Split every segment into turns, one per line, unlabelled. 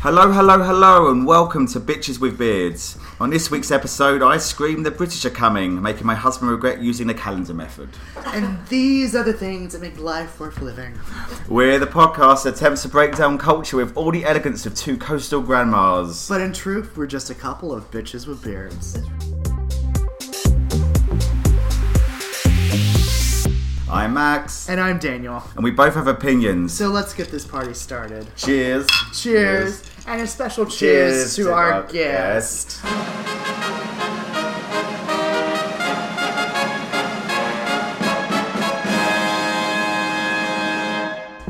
Hello, hello, hello, and welcome to Bitches with Beards. On this week's episode, I scream the British are coming, making my husband regret using the calendar method.
And these are the things that make life worth living.
We're the podcast that attempts to break down culture with all the elegance of two coastal grandmas.
But in truth, we're just a couple of bitches with beards.
I'm Max,
And I'm Daniel.
and we both have opinions.
So let's get this party started.
Cheers.
Cheers! And a special cheers, to, our, guest.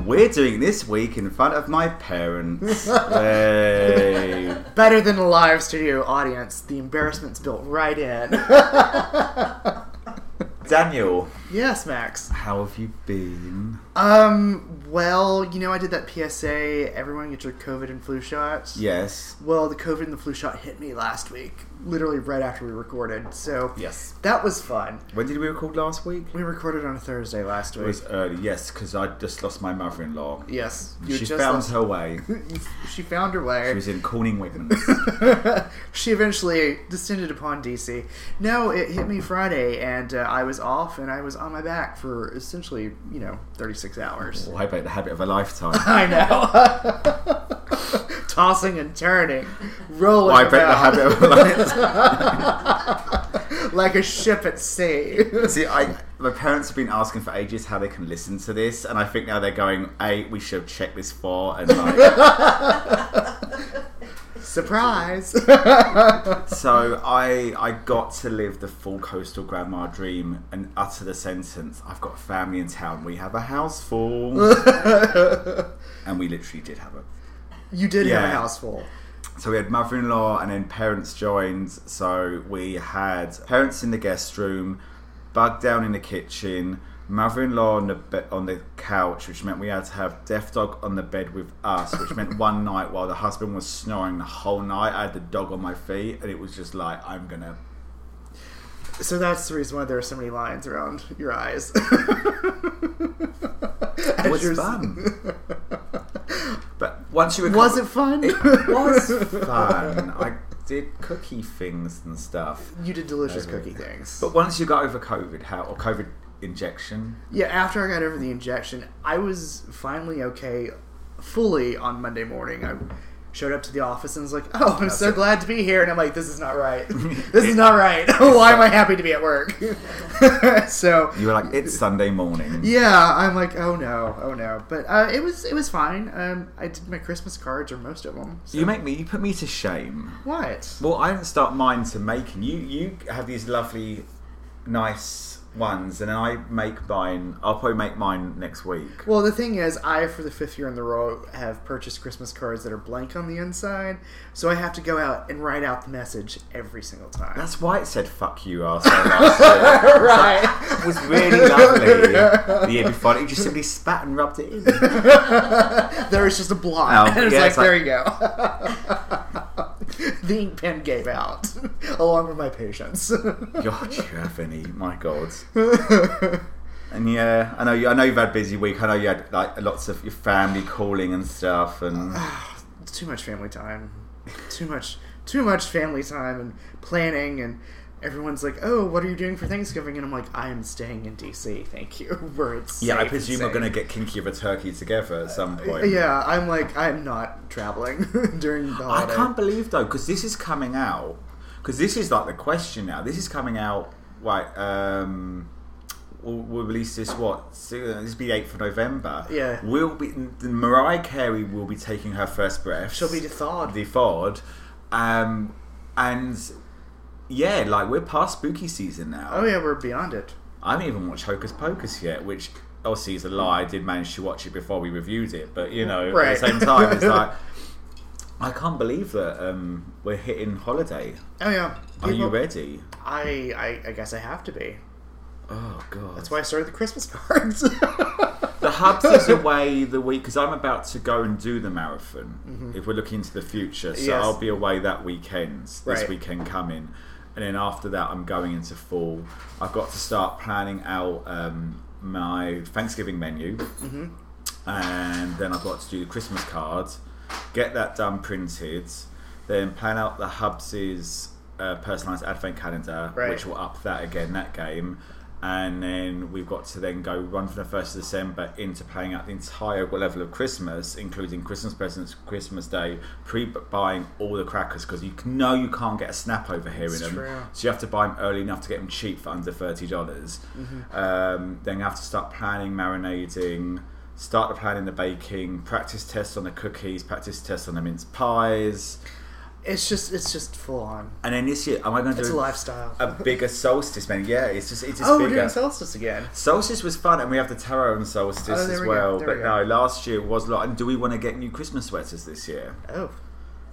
We're doing this week in front of my parents. Yay.
Better than a live studio audience, the embarrassment's built right in.
Daniel,
yes, Max.
how have you been?
Um, well, you know, I did that PSA everyone get your COVID and flu shots.
Yes.
Well, the COVID and the flu shot hit me last week, literally right after we recorded. So
Yes.
that was fun.
When did we record last week?
We recorded on a Thursday last
It
week.
was early, yes, because I just lost my mother-in-law.
Yes, you
She
just
found
lost-
her way.
she found her
She
way.
was in Corning, Wigan.
she eventually descended upon DC. No, it hit me Friday, and uh, I was off, and I was on my back for essentially, you know, thirty six hours.
Well, how about the habit of a lifetime?
I know, tossing and turning, rolling
Well, I bet the
about
habit of a lifetime.
like a ship at sea.
See, I, my parents have been asking for ages how they can listen to this, and I think now they're going, "Hey, we should check this for," and like,
Surprise!
so I, I got to live the full coastal grandma dream and utter the sentence, "I've got family in town. We have a house full," and we literally did have it.
you did have
Yeah.
a house full.
So we had mother in law and then parents joined. So we had parents in the guest room, Bug down in the kitchen, mother in law on the be- on the couch, which meant we had to have Deaf Dog on the bed with us, which meant one night while the husband was snoring the whole night, I had the dog on my feet, and it was just like, I'm gonna.
So that's the reason why there are so many lines around your eyes.
It was fun. but once you were
Was it fun?
It was fun. I did cookie things and stuff.
you did delicious cookie things.
But once you got over COVID, how or COVID injection,
Yeah, after I got over the injection, I was finally okay fully on Monday morning. I showed up to the office and was like, oh, I'm so
it.
glad to be here. And I'm like, this is not right. this is not right. Why am I happy to be at work? so.
you were like, "It's Sunday morning."
Yeah, I'm like, oh no, oh no, but uh, it was it was fine. Um, I did my Christmas cards or most of them. So.
You make me, you put me to shame.
what?
Well, I didn't start mine to making. You, you have these lovely, nice ones, and then I make mine. I'll probably make mine next week.
Well, the thing is, I, for the fifth year in the row, have purchased Christmas cards that are blank on the inside, so I have to go out and write out the message every single time.
That's why it said "fuck you" arsehole last year.
right.
It was really lovely. The year before, you just simply spat and rubbed it in.
there was just a block.
Oh,
and it's
yeah,
like,
it's like-
there you go. the ink pen gave out, along with my patience.
God, you have any? eh? My God. And yeah, I know you. I know you've had a busy week. I know you had like lots of your family calling and stuff, and
Ah, too much family time. Too much, too much family time and planning and. Everyone's like, "Oh, what are you doing for Thanksgiving?" And I'm like, "I am staying in DC. Thank you." Where it's
yeah, I
safe and
presume we're
safe." Uh,
gonna get kinky of a turkey together at some point.
Yeah, I'm like, I'm not traveling during the
I
holiday.
can't believe though, because this is coming out. Because this is like the question now. This is coming out. Right, um, we'll, we'll release this. What? So, uh, this will be eighth of November.
Yeah.
we'll be. Mariah Carey will be taking her first breath.
She'll be thawed.
the Ford. Um, and yeah, like we're past spooky season now.
Oh yeah, we're beyond it.
I haven't even watched Hocus Pocus yet, which obviously is a lie. I did manage to watch it before we reviewed it, but you know,
Right.
at the same time, it's like I can't believe that um, we're hitting holiday.
Oh yeah.
Are you
People-
ready?
I, I I guess I have to be.
Oh god,
That's why I started the Christmas cards.
the hubs is away the week because I'm about to go and do the marathon. If we're looking into the future, so
Mm-hmm. Yes.
I'll be away that weekend. This
Right.
weekend coming, and then after that, I'm going into fall. I've got to start planning out um, my Thanksgiving menu, and then I've got to do the Christmas cards. get that done, printed, then plan out the Hubs's uh, personalised advent calendar,
Right.
which will up that again that game. And then we've got to then go run from the first of December into playing out the entire level of Christmas, including Christmas presents, Christmas Day, pre-buying all the crackers because you c- know you can't get a snap over here
It's
in them,
true.
so you have to buy them early enough to get them cheap for under thirty dollars.
Mm-hmm.
Um, then you have to start planning, marinating, start the planning, the baking, practice tests on the cookies, practice tests on the mince pies,
It's just it's just full on.
and then this year, am I going to
It's a
do
lifestyle.
a bigger solstice? Man, yeah, it's just it's just
oh, we're
bigger.
doing solstice again.
Solstice was fun, and we have the tarot and solstice
Oh, there
as
we go,
well.
there
But
we
no,
go.
last year was a lot. And do we want to get new Christmas sweaters this year?
Oh,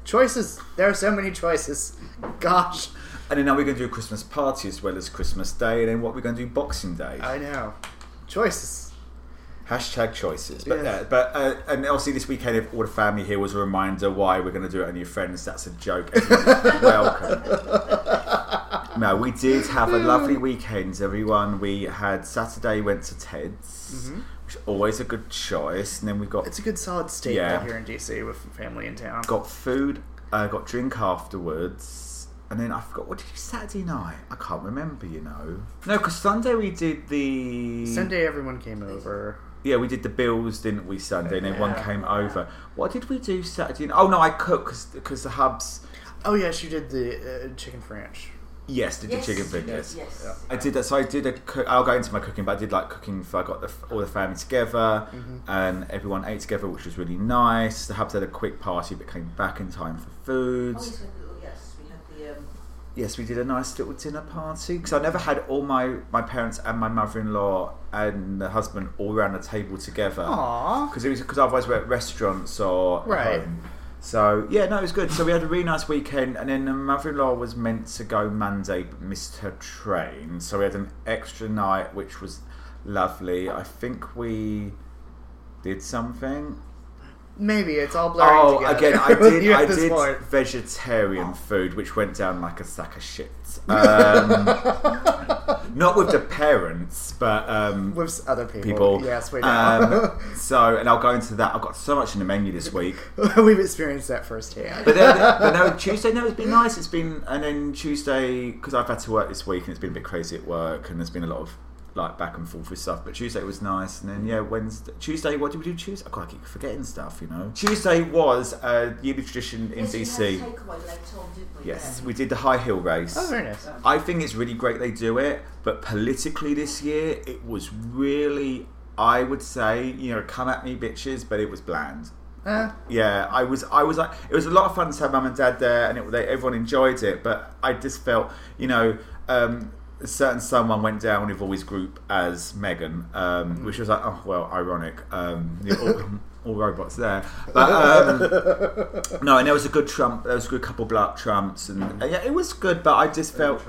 choices. There are so many choices. Gosh,
And then now we're going to do a Christmas party as well as Christmas Day, and then what we're going to do Boxing Day.
I know. Choices.
Hashtag choices. But, uh,
Yes.
but uh, and obviously this weekend, if all the family here was a reminder why we're going to do it on your friends. That's a joke. Everyone, welcome. No, we did have a lovely weekend, everyone. We had Saturday went to Ted's, which is always a good choice, and then we got
It's a good solid state
Yeah.
out here in DC with family in town.
got food, uh, got drink afterwards, and then I forgot what did you Saturday night? I can't remember. You know, no, because Sunday we did the
Sunday, everyone came over.
Yeah, we did the bills, didn't we? Sunday, and everyone
Yeah.
came over. What did we do Saturday? night? Oh no, I cooked because the hubs.
Oh yes, you did the uh, chicken French.
Yes, did
Yes,
the chicken
you did,
fingers.
Yes.
Yeah.
I did that. So I did a cook. I'll go into my cooking, but I did like cooking. For I got the, all the family together,
Mm-hmm.
and everyone ate together, which was really nice. The hubs had a quick party, but came back in time for food.
Oh, yes, we had the- yes, we had the. Um,
yes, we did a nice little dinner party because I never had all my my parents and my mother in law and the husband all around the table together.
Oh,
Aww.
because it was because otherwise we're at restaurants or at
Right.
home. So yeah, no, it was good. So we had a really nice weekend, and then the mother-in-law was meant to go Monday, but missed her train. So we had an extra night, which was lovely. I think we did something.
Maybe it's all blurring
Oh,
together.
again, I
with
did.
you at
I
this
did
point.
vegetarian food, which went down like a sack of shit. Um, not with the parents, but um,
with s- other people.
people.
Yes, we know.
Um, so, and I'll go into that. I've got so much in the menu this week.
We've experienced that firsthand.
But, then, but no, Tuesday, no, it's been nice. It's been, and then Tuesday, because I've had to work this week and it's been a bit crazy at work and there's been a lot of like back and forth with stuff. But Tuesday was nice. And then, yeah, Wednesday, Tuesday, what did we do Tuesday? God, I keep forgetting stuff, you know. Tuesday was a yearly tradition in
yes, we had
DC.
takeaway later on, didn't we?
yes,
Yeah.
we did the high heel race.
oh, very nice.
I think it's really great they do it, but politically this year it was really, I would say, you know, come at me bitches, but it was bland.
Uh,
Yeah, I was, I was like, it was a lot of fun to have mum and dad there, and it, they, everyone enjoyed it. But I just felt, you know, um, a certain someone went down with all his group as Megan, um, which was like, oh well, ironic. Um, you're all, all robots there, but. Um, no, and there was a good Trump. There was a good couple black Trumps, and uh, yeah, it was good. But I just felt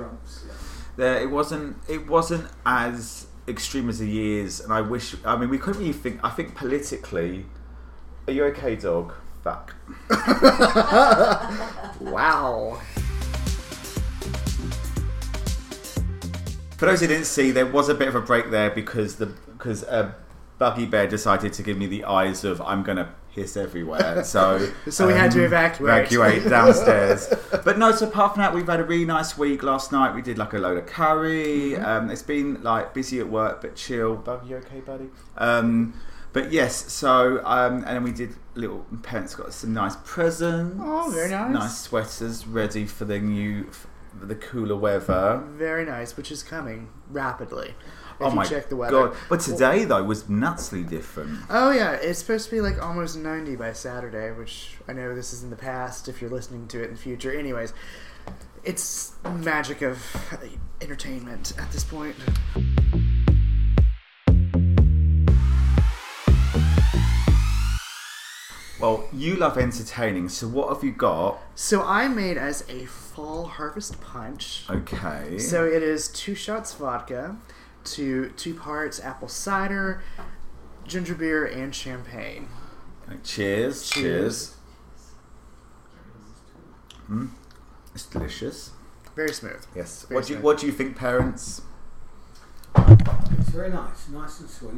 that it wasn't. It wasn't as extreme as the years, and I wish. I mean, we couldn't really think. I think politically, are you okay, dog? Fuck.
wow.
For those who didn't see, there was a bit of a break there because the because uh, Buggy Bear decided to give me the eyes of I'm gonna piss everywhere. So um,
So we had to evacuate.
evacuate downstairs. but no, so apart from that, we've had a really nice week. Last night we did like a load of curry.
Mm-hmm.
Um, it's been like busy at work but chill. Buggy, you okay, buddy? Um, but yes, so um, and then we did little parents got some nice presents.
Oh, very nice.
Nice sweaters ready for the new. For the cooler weather.
Very nice, which is coming rapidly. If
oh
you
my
check the weather.
god! But today though was nutsly different.
Oh yeah, it's supposed to be like almost 90 by Saturday, which I know this is in the past if you're listening to it in the future. Anyways, it's magic of entertainment at this point.
Well, you love entertaining, so what have you got?
So I made as a fall harvest punch.
Oh, Okay.
So it is two shots vodka to two parts apple cider, ginger beer and champagne.
cheers, cheers.
Cheers.
Mm, it's delicious.
Very smooth.
Yes.
Very
What do you
smooth.
What do you think, parents?
It's very nice, nice and sweet.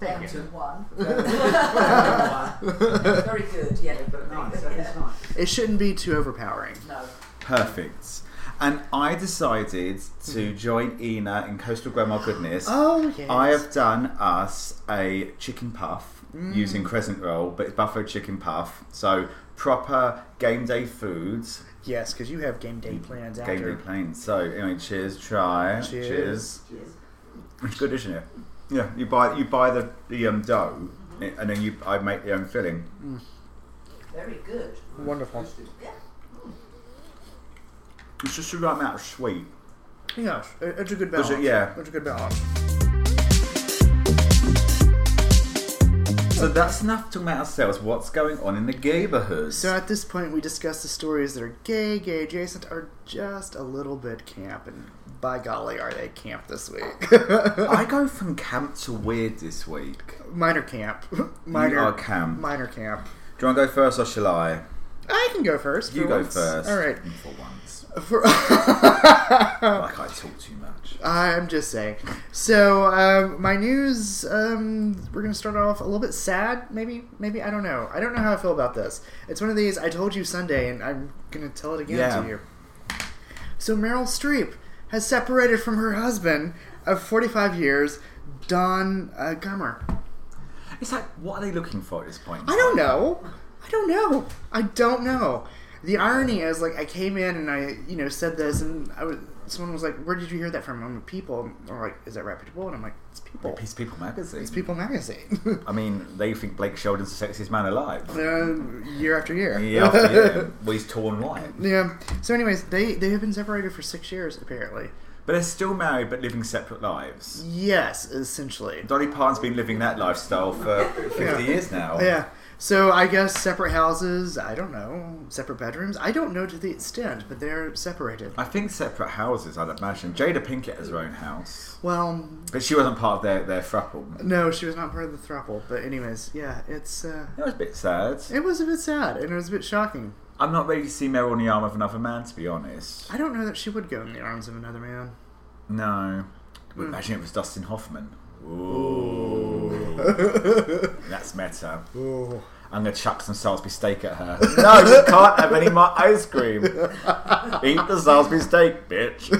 Yeah. down
Thank
to
you.
one.
Nice,
Very good, yeah.
that is nice.
It shouldn't be too overpowering.
No.
Perfect. And I decided to join Ina in Coastal Grandma Goodness.
Mm-hmm. Oh yes. Mm.
I have done us a chicken puff using crescent roll, but it's buffalo chicken puff. So proper game day foods,
yes, because you have game day plans
game
after.
day planes. So anyway, cheers, try,
Cheers.
Cheers.
It's good, isn't it? Yeah, you buy you buy the the um, dough, and then you I make the own filling.
Very good.
Wonderful.
It's just the right amount of sweet.
Yes, it- it's a good
Does it-
balance.
yeah.
it's a good balance.
So that's enough talking about ourselves. What's going on in the neighborhood?
So at this point, we discuss the stories that are gay, gay adjacent, are just a little bit camp, and by golly, are they camp this week?
I go from camp to weird this week.
minor camp,
Minor, you
minor
are camp.
minor camp.
Do you want to go first or shall I?
I can go first.
You
for
go
once.
first.
All right.
For once.
For-
Like I talk too much.
I'm just saying. So um, my news, um, we're gonna start off a little bit sad. Maybe, maybe I don't know. I don't know how I feel about this. It's one of these. I told you Sunday, and I'm gonna tell it again
Yeah.
to you. So Meryl Streep has separated from her husband of 45 years, Don uh, Gummer.
It's like, what are they looking for at this point?
I don't know. I don't know. I don't know. The irony is, like, I came in and I, you know, said this, and I was someone was like, "Where did you hear that from?" I'm like, people. Or like, "Is that reputable?" And I'm like, "It's people.
Piece of People magazine.
It's People magazine."
I mean, they think Blake Sheldon's the sexiest man alive.
Uh, year after year.
yeah, after, yeah. Well, he's torn white.
Yeah. So, anyways, they they have been separated for six years apparently.
But they're still married, but living separate lives.
Yes, essentially.
Dolly Parton's been living that lifestyle for 50
Yeah.
years now.
Yeah. So I guess separate houses. I don't know. Separate bedrooms. I don't know to the extent, but they're separated.
I think separate houses, I'd imagine. Jada Pinkett has her own house.
Well,
But she wasn't part of their, their throuple.
No, she was not part of the throuple. But anyways, yeah, it's uh,
That was a bit sad.
it was a bit sad and it was a bit shocking.
I'm not ready to see Meryl in the arm of another man, to be honest.
I don't know that she would go in the arms of another man.
No.
Mm.
Well, Imagine it was Dustin Hoffman. Ooh. That's meta.
Oh,
I'm going to chuck some Salisbury steak at her. No, you can't have any more ice cream. Eat the Salisbury steak, bitch.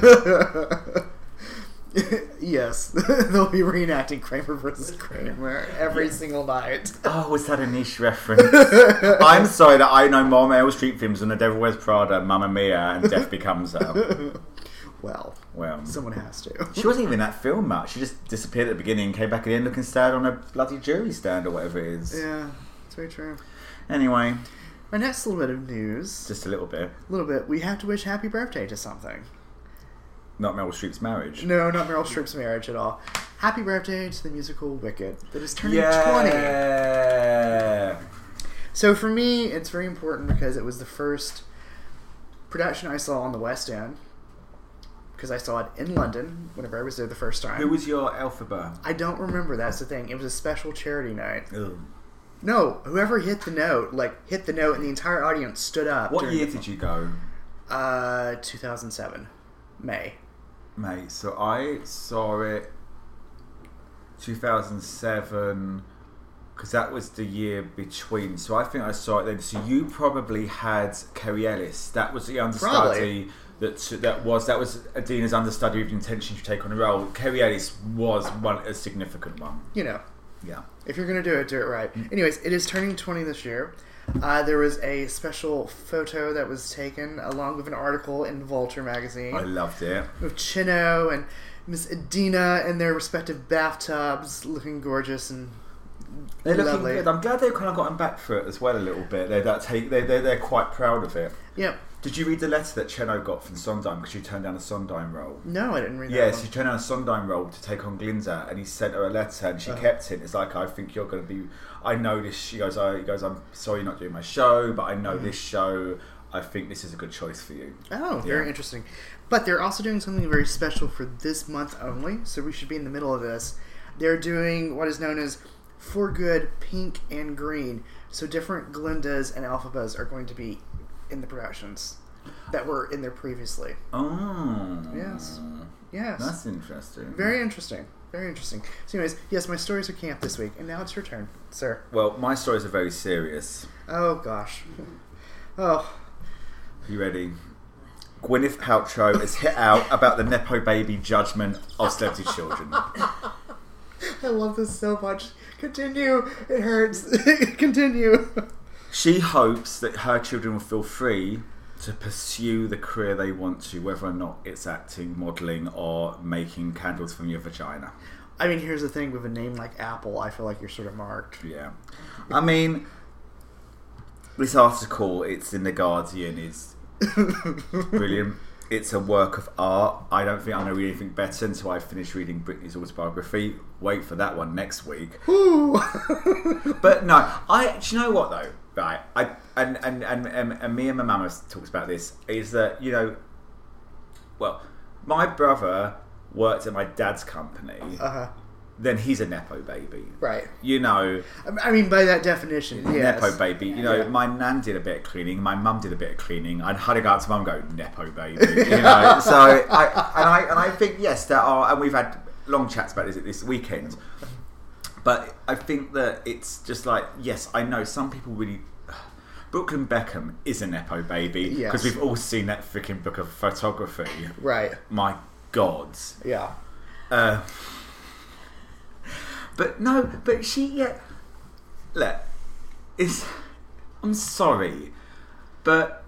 yes, they'll be reenacting Kramer versus Kramer every single night.
Oh, was that a niche reference? I'm sorry that I know more Meryl Streep films than The Devil Wears Prada, Mamma Mia, and Death Becomes Her.
Well,
Well,
someone has to.
she wasn't even in that film much. She just disappeared at the beginning and came back at the end looking sad on a bloody jury stand or whatever it is.
Yeah, it's very true.
Anyway,
My next little bit of news,
just a little bit.
a little bit. We have to wish happy birthday to something.
Not Meryl Streep's marriage.
No, not Meryl Streep's marriage at all. Happy birthday to the musical Wicked that is turning twenty.
Yeah.
So for me, it's very important because it was the first production I saw on the West End because I saw it in London whenever I was there the first time.
Who was your alphabet?
I don't remember. That's the thing. It was a special charity night. No, whoever hit the note, like hit the note, and the entire audience stood up.
What
during
year
the-
did you go,
Uh, 2007, May.
mate? So I saw it 2007 because that was the year between. So I think I saw it then. So you probably had Kerry Ellis. That was the understudy. That, that was that was Adina's understudy with the intention to take on a role. Kerry Ellis was one a significant one.
You know,
Yeah.
If you're gonna do it, do it right. Anyways, it is turning 20 this year. Uh, there was a special photo that was taken along with an article in Vulture magazine
I loved it.
of Chino and Miss Adina in their respective bathtubs, looking gorgeous and
They're looking
Lovely.
good. I'm glad they've kind of gotten back for it as well a little bit. They're that take. They they're, they're quite proud of it.
yeah.
Did you read the letter that Cheno got from Sondheim because she turned down a Sondheim role?
No, I didn't read that.
Yes,
one.
she turned down a Sondheim role to take on Glinda, and he sent her a letter, and
Uh-huh.
she kept it. It's like I think you're going to be. I know this. She goes. I he goes. I'm sorry you're not doing my show, but I know
Mm.
this show. I think this is a good choice for you.
Oh, very
Yeah.
interesting. But they're also doing something very special for this month only, so we should be in the middle of this. They're doing what is known as For Good Pink and Green. So different Glendas and Alphabas are going to be in the productions that were in there previously.
Oh,
Yes. Yes.
that's interesting.
very interesting. Very interesting. So, anyways, yes, my stories are camp this week, and now it's your turn, sir.
Well, my stories are very serious.
Oh gosh. Oh,
Are you ready? Gwyneth Paltrow has hit out about the Nepo baby judgment of celebrity children.
I love this so much. Continue. It hurts. Continue.
She hopes that her children will feel free to pursue the career they want to, whether or not it's acting, modelling, or making candles from your vagina.
I mean, here's the thing with a name like Apple, I feel like you're sort of marked.
Yeah. I mean, this article, it's in The Guardian, is brilliant. It's a work of art. I don't think I'm going to read anything better until I finish reading Britney's autobiography. Wait for that one next week.
Ooh. Uh-huh.
But no, I. Do you know what though? Right, I and and and, and, and me and my mama talks about this. Is that you know? Well, my brother worked at my dad's company.
uh huh.
Then he's a nepo baby.
Right.
You know,
I- I mean, by that definition, yes.
nepo baby. You know,
Yeah.
my nan did a bit of cleaning. My mum did a bit of cleaning. I'd had to go out to mum and go nepo baby. You know, so I and I and I think yes, there are, and we've had long chats about this this weekend. But I think that it's just like yes, I know some people really. Brooklyn Beckham is a nepo baby
Yes.
because we've all seen that freaking book of photography.
Right.
My God.
Yeah.
Uh, but no, but she yeah. Look, it's. I'm sorry, but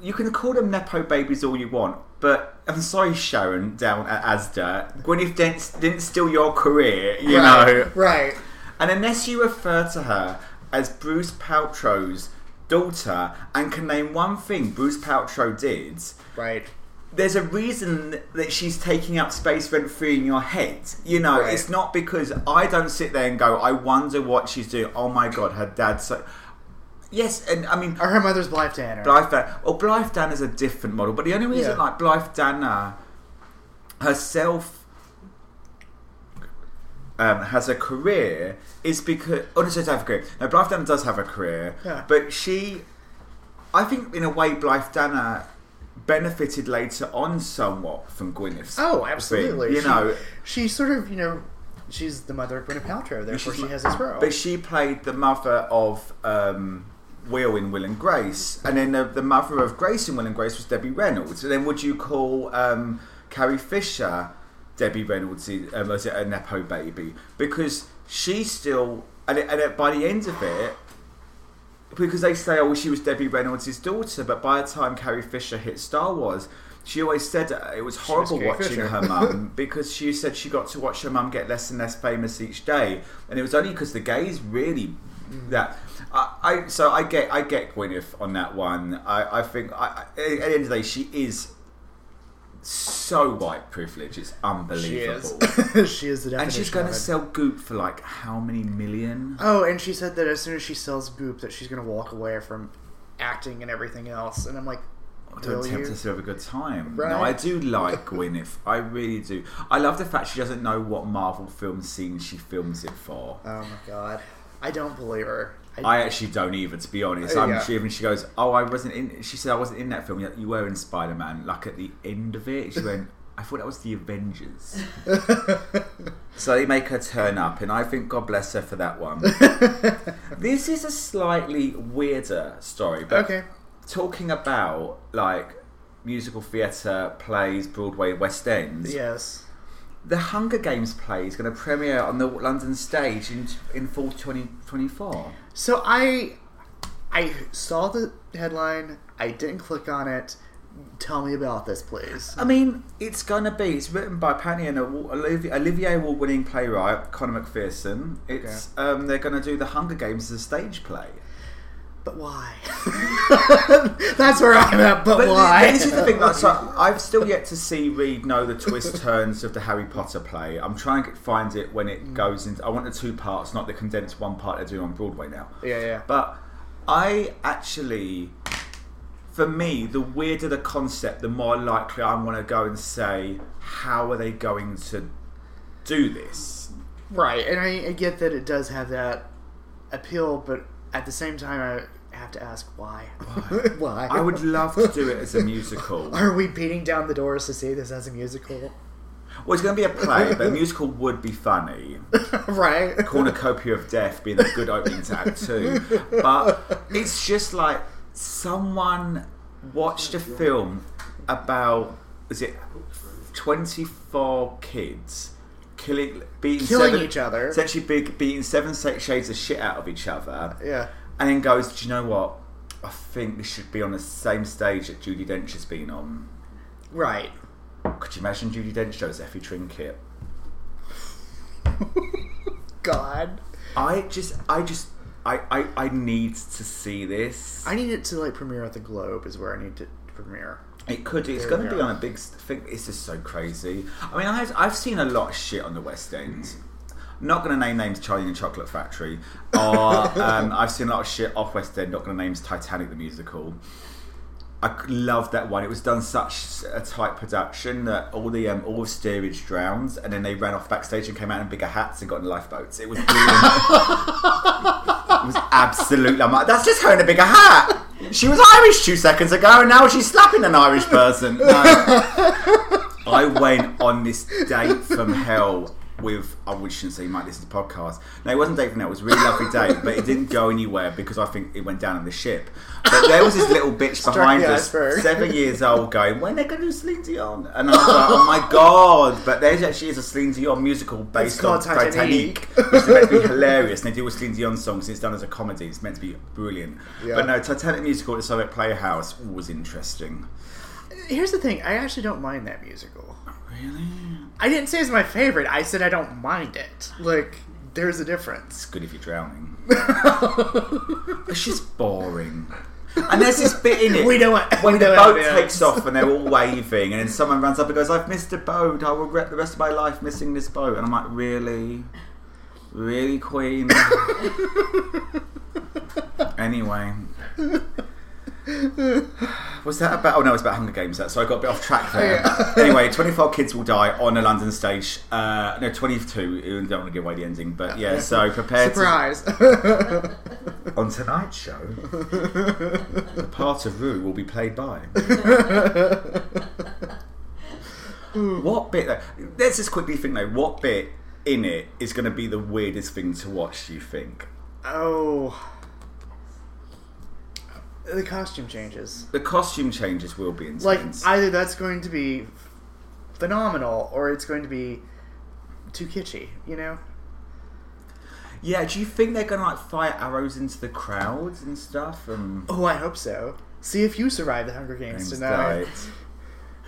you can call them nepo babies all you want. But I'm sorry, Sharon, down at ASDA, Gwyneth didn't, didn't steal your career, you
right.
know.
Right.
And unless you refer to her as Bruce Paltrow's daughter and can name one thing Bruce Paltrow did,
Right.
there's a reason that she's taking up space rent free in your head. You know,
Right.
it's not because I don't sit there and go, I wonder what she's doing. Oh my god, her dad's so. Yes, and I mean,
Or her mother's Blythe Tanner.
Blythe Dan. Or Blythe Dan is a different model, but the only reason,
Yeah.
like, Blythe Danner herself um, has a career is because. Oh, no, she does have a career. Now, Blythe Danner does have a career,
Yeah.
but she. I think, in a way, Blythe Danner benefited later on somewhat from Gwyneth's.
Oh, absolutely.
You
She-
know.
she sort of, you know, she's the mother of Gwyneth Paltrow. Therefore,
she's
she
my-
has this role.
But she played the mother of um, Will in Will and Grace, and then the, the mother of Grace in Will and Grace was Debbie Reynolds. And then would you call um, Carrie Fisher Debbie Reynolds? Um, was it a nepo baby? Because she still, and, it, and it, by the end of it. Because they say, oh, she was Debbie Reynolds' daughter, but by the time Carrie Fisher hit Star Wars, she always said it was horrible
Carrie
watching
Fisher.
her mum because she said she got to watch her mum get less and less famous each day, and it was only because the gays really that. I, I so I get I get Gwyneth on that one. I I think I, I- at the end of the day she is so white privileged. It's
she
unbelievable,
is. she is the definition.
and she's going to
of it.
sell Goop for like how many million?
Oh, and she said that as soon as she sells Goop, that she's going to walk away from acting and everything else. And I'm like,
to
will
attempt
you?
us to have a good time.
Right.
No, I do like Gwyneth. I really do. I love the fact she doesn't know what Marvel film scene she films it for.
Oh my god, I don't believe her.
I actually don't either, to be honest.
Uh,
I'm
yeah.
she even she goes, Oh, I wasn't in she said I wasn't in that film yet. You were in Spider Man, like at the end of it. She went, I thought that was the Avengers. so they make her turn up and I think God bless her for that one. this is a slightly weirder story, but
okay.
talking about like musical theatre, plays, Broadway, West Ends.
Yes.
The Hunger Games play is going to premiere on the London stage in in fall 2024.
So I, I saw the headline. I didn't click on it. Tell me about this, please.
I mean, it's gonna be. It's written by Panny and Olivier, Olivier Award-winning playwright Conor McPherson. It's um, they're gonna do the Hunger Games as a stage play.
But why? That's where I'm at. But,
But
why?
this is the thing. Like, so I've still yet to see read know the twist turns of the Harry Potter play. I'm trying to find it when
Mm.
it goes into. I want the two parts, not the condensed one part they're doing on Broadway now.
yeah, yeah.
But I actually, for me, the weirder the concept, the more likely I want to go and say, how are they going to do this?
Right, and I, I get that it does have that appeal, but at the same time, I have to ask why. Why?
I would love to do it as a musical.
Are we beating down the doors to see this as a musical?
Well, it's going to be a play, but a musical would be funny.
right?
Cornucopia of Death being a good opening to Act Two, but it's just like someone watched a film about is it twenty four kids killing beating
Killing
seven,
each other.
essentially big, beating seven sa- shades of shit out of each other,
Yeah.
and then goes, do you know what? I think this should be on the same stage that Judy Dench has been on.
Right.
Could you imagine Judy Dench shows Effie Trinket?
God.
I just, I just, I, I, I need to see this.
I need it to like premiere at the Globe is where I need to premiere.
It could. It's
There
going
we
to be
are.
on a big st- thing. It's just so crazy. I mean, I've, I've seen a lot of shit on the West End. Not going to name names Charlie and the Chocolate Factory. Or um, I've seen a lot of shit off West End. Not going to name Titanic the musical. I c- love that one. It was done such a tight production that all the um, all of steerage drowned, and then they ran off backstage and came out in bigger hats and got in lifeboats. It was brilliant. it was absolutely. I'm like, that's just her in a bigger hat. She was Irish two seconds ago, and now she's slapping an Irish person. No. I went on this date from hell with I wish shouldn't say you might listen to podcasts. No, it wasn't a date from hell, it was a really lovely date, but it didn't go anywhere because I think it went down in the ship. But there was this little bitch behind
the
us,
iceberg.
seven years old, going, When are they gonna do Celine Dion? And I was like, Oh my god, but there's actually is a Celine Dion musical based on
called
Titanic,
Titanic.
which is meant to be hilarious and they deal with Celine Dion songs, it's done as a comedy, it's meant to be brilliant.
Yeah.
But no, Titanic musical at the Soviet Playhouse was interesting.
Here's the thing, I actually don't mind that musical.
Really?
I didn't say it's my favorite. I said I don't mind it. Like there's a difference.
It's good if you're drowning. It's just boring. And there's this bit in it
We know it.
when
We
the
know
boat
it is.
takes off and they're all waving, and then someone runs up and goes, "I've missed a boat. I will regret the rest of my life missing this boat." And I'm like, "Really, really, Queen." anyway, was that about? Oh no, it's about Hunger Games. That so I got a bit off track there. anyway, 24 kids will die on a London stage. Uh, no, 22. I don't want to give away the ending, but yeah. So prepare to
Surprise.
on tonight's show, the part of Rue will be played by. what bit? Let's just quickly think though. What bit in it is going to be the weirdest thing to watch? Do you think
oh. The costume changes.
the costume changes will be
Like
intense?
either that's going to be phenomenal or it's going to be too kitschy, you know?
yeah. Do you think they're going to like fire arrows into the crowds and stuff? And
Oh, I hope so. See if you survive the Hunger Games
James
tonight.
died.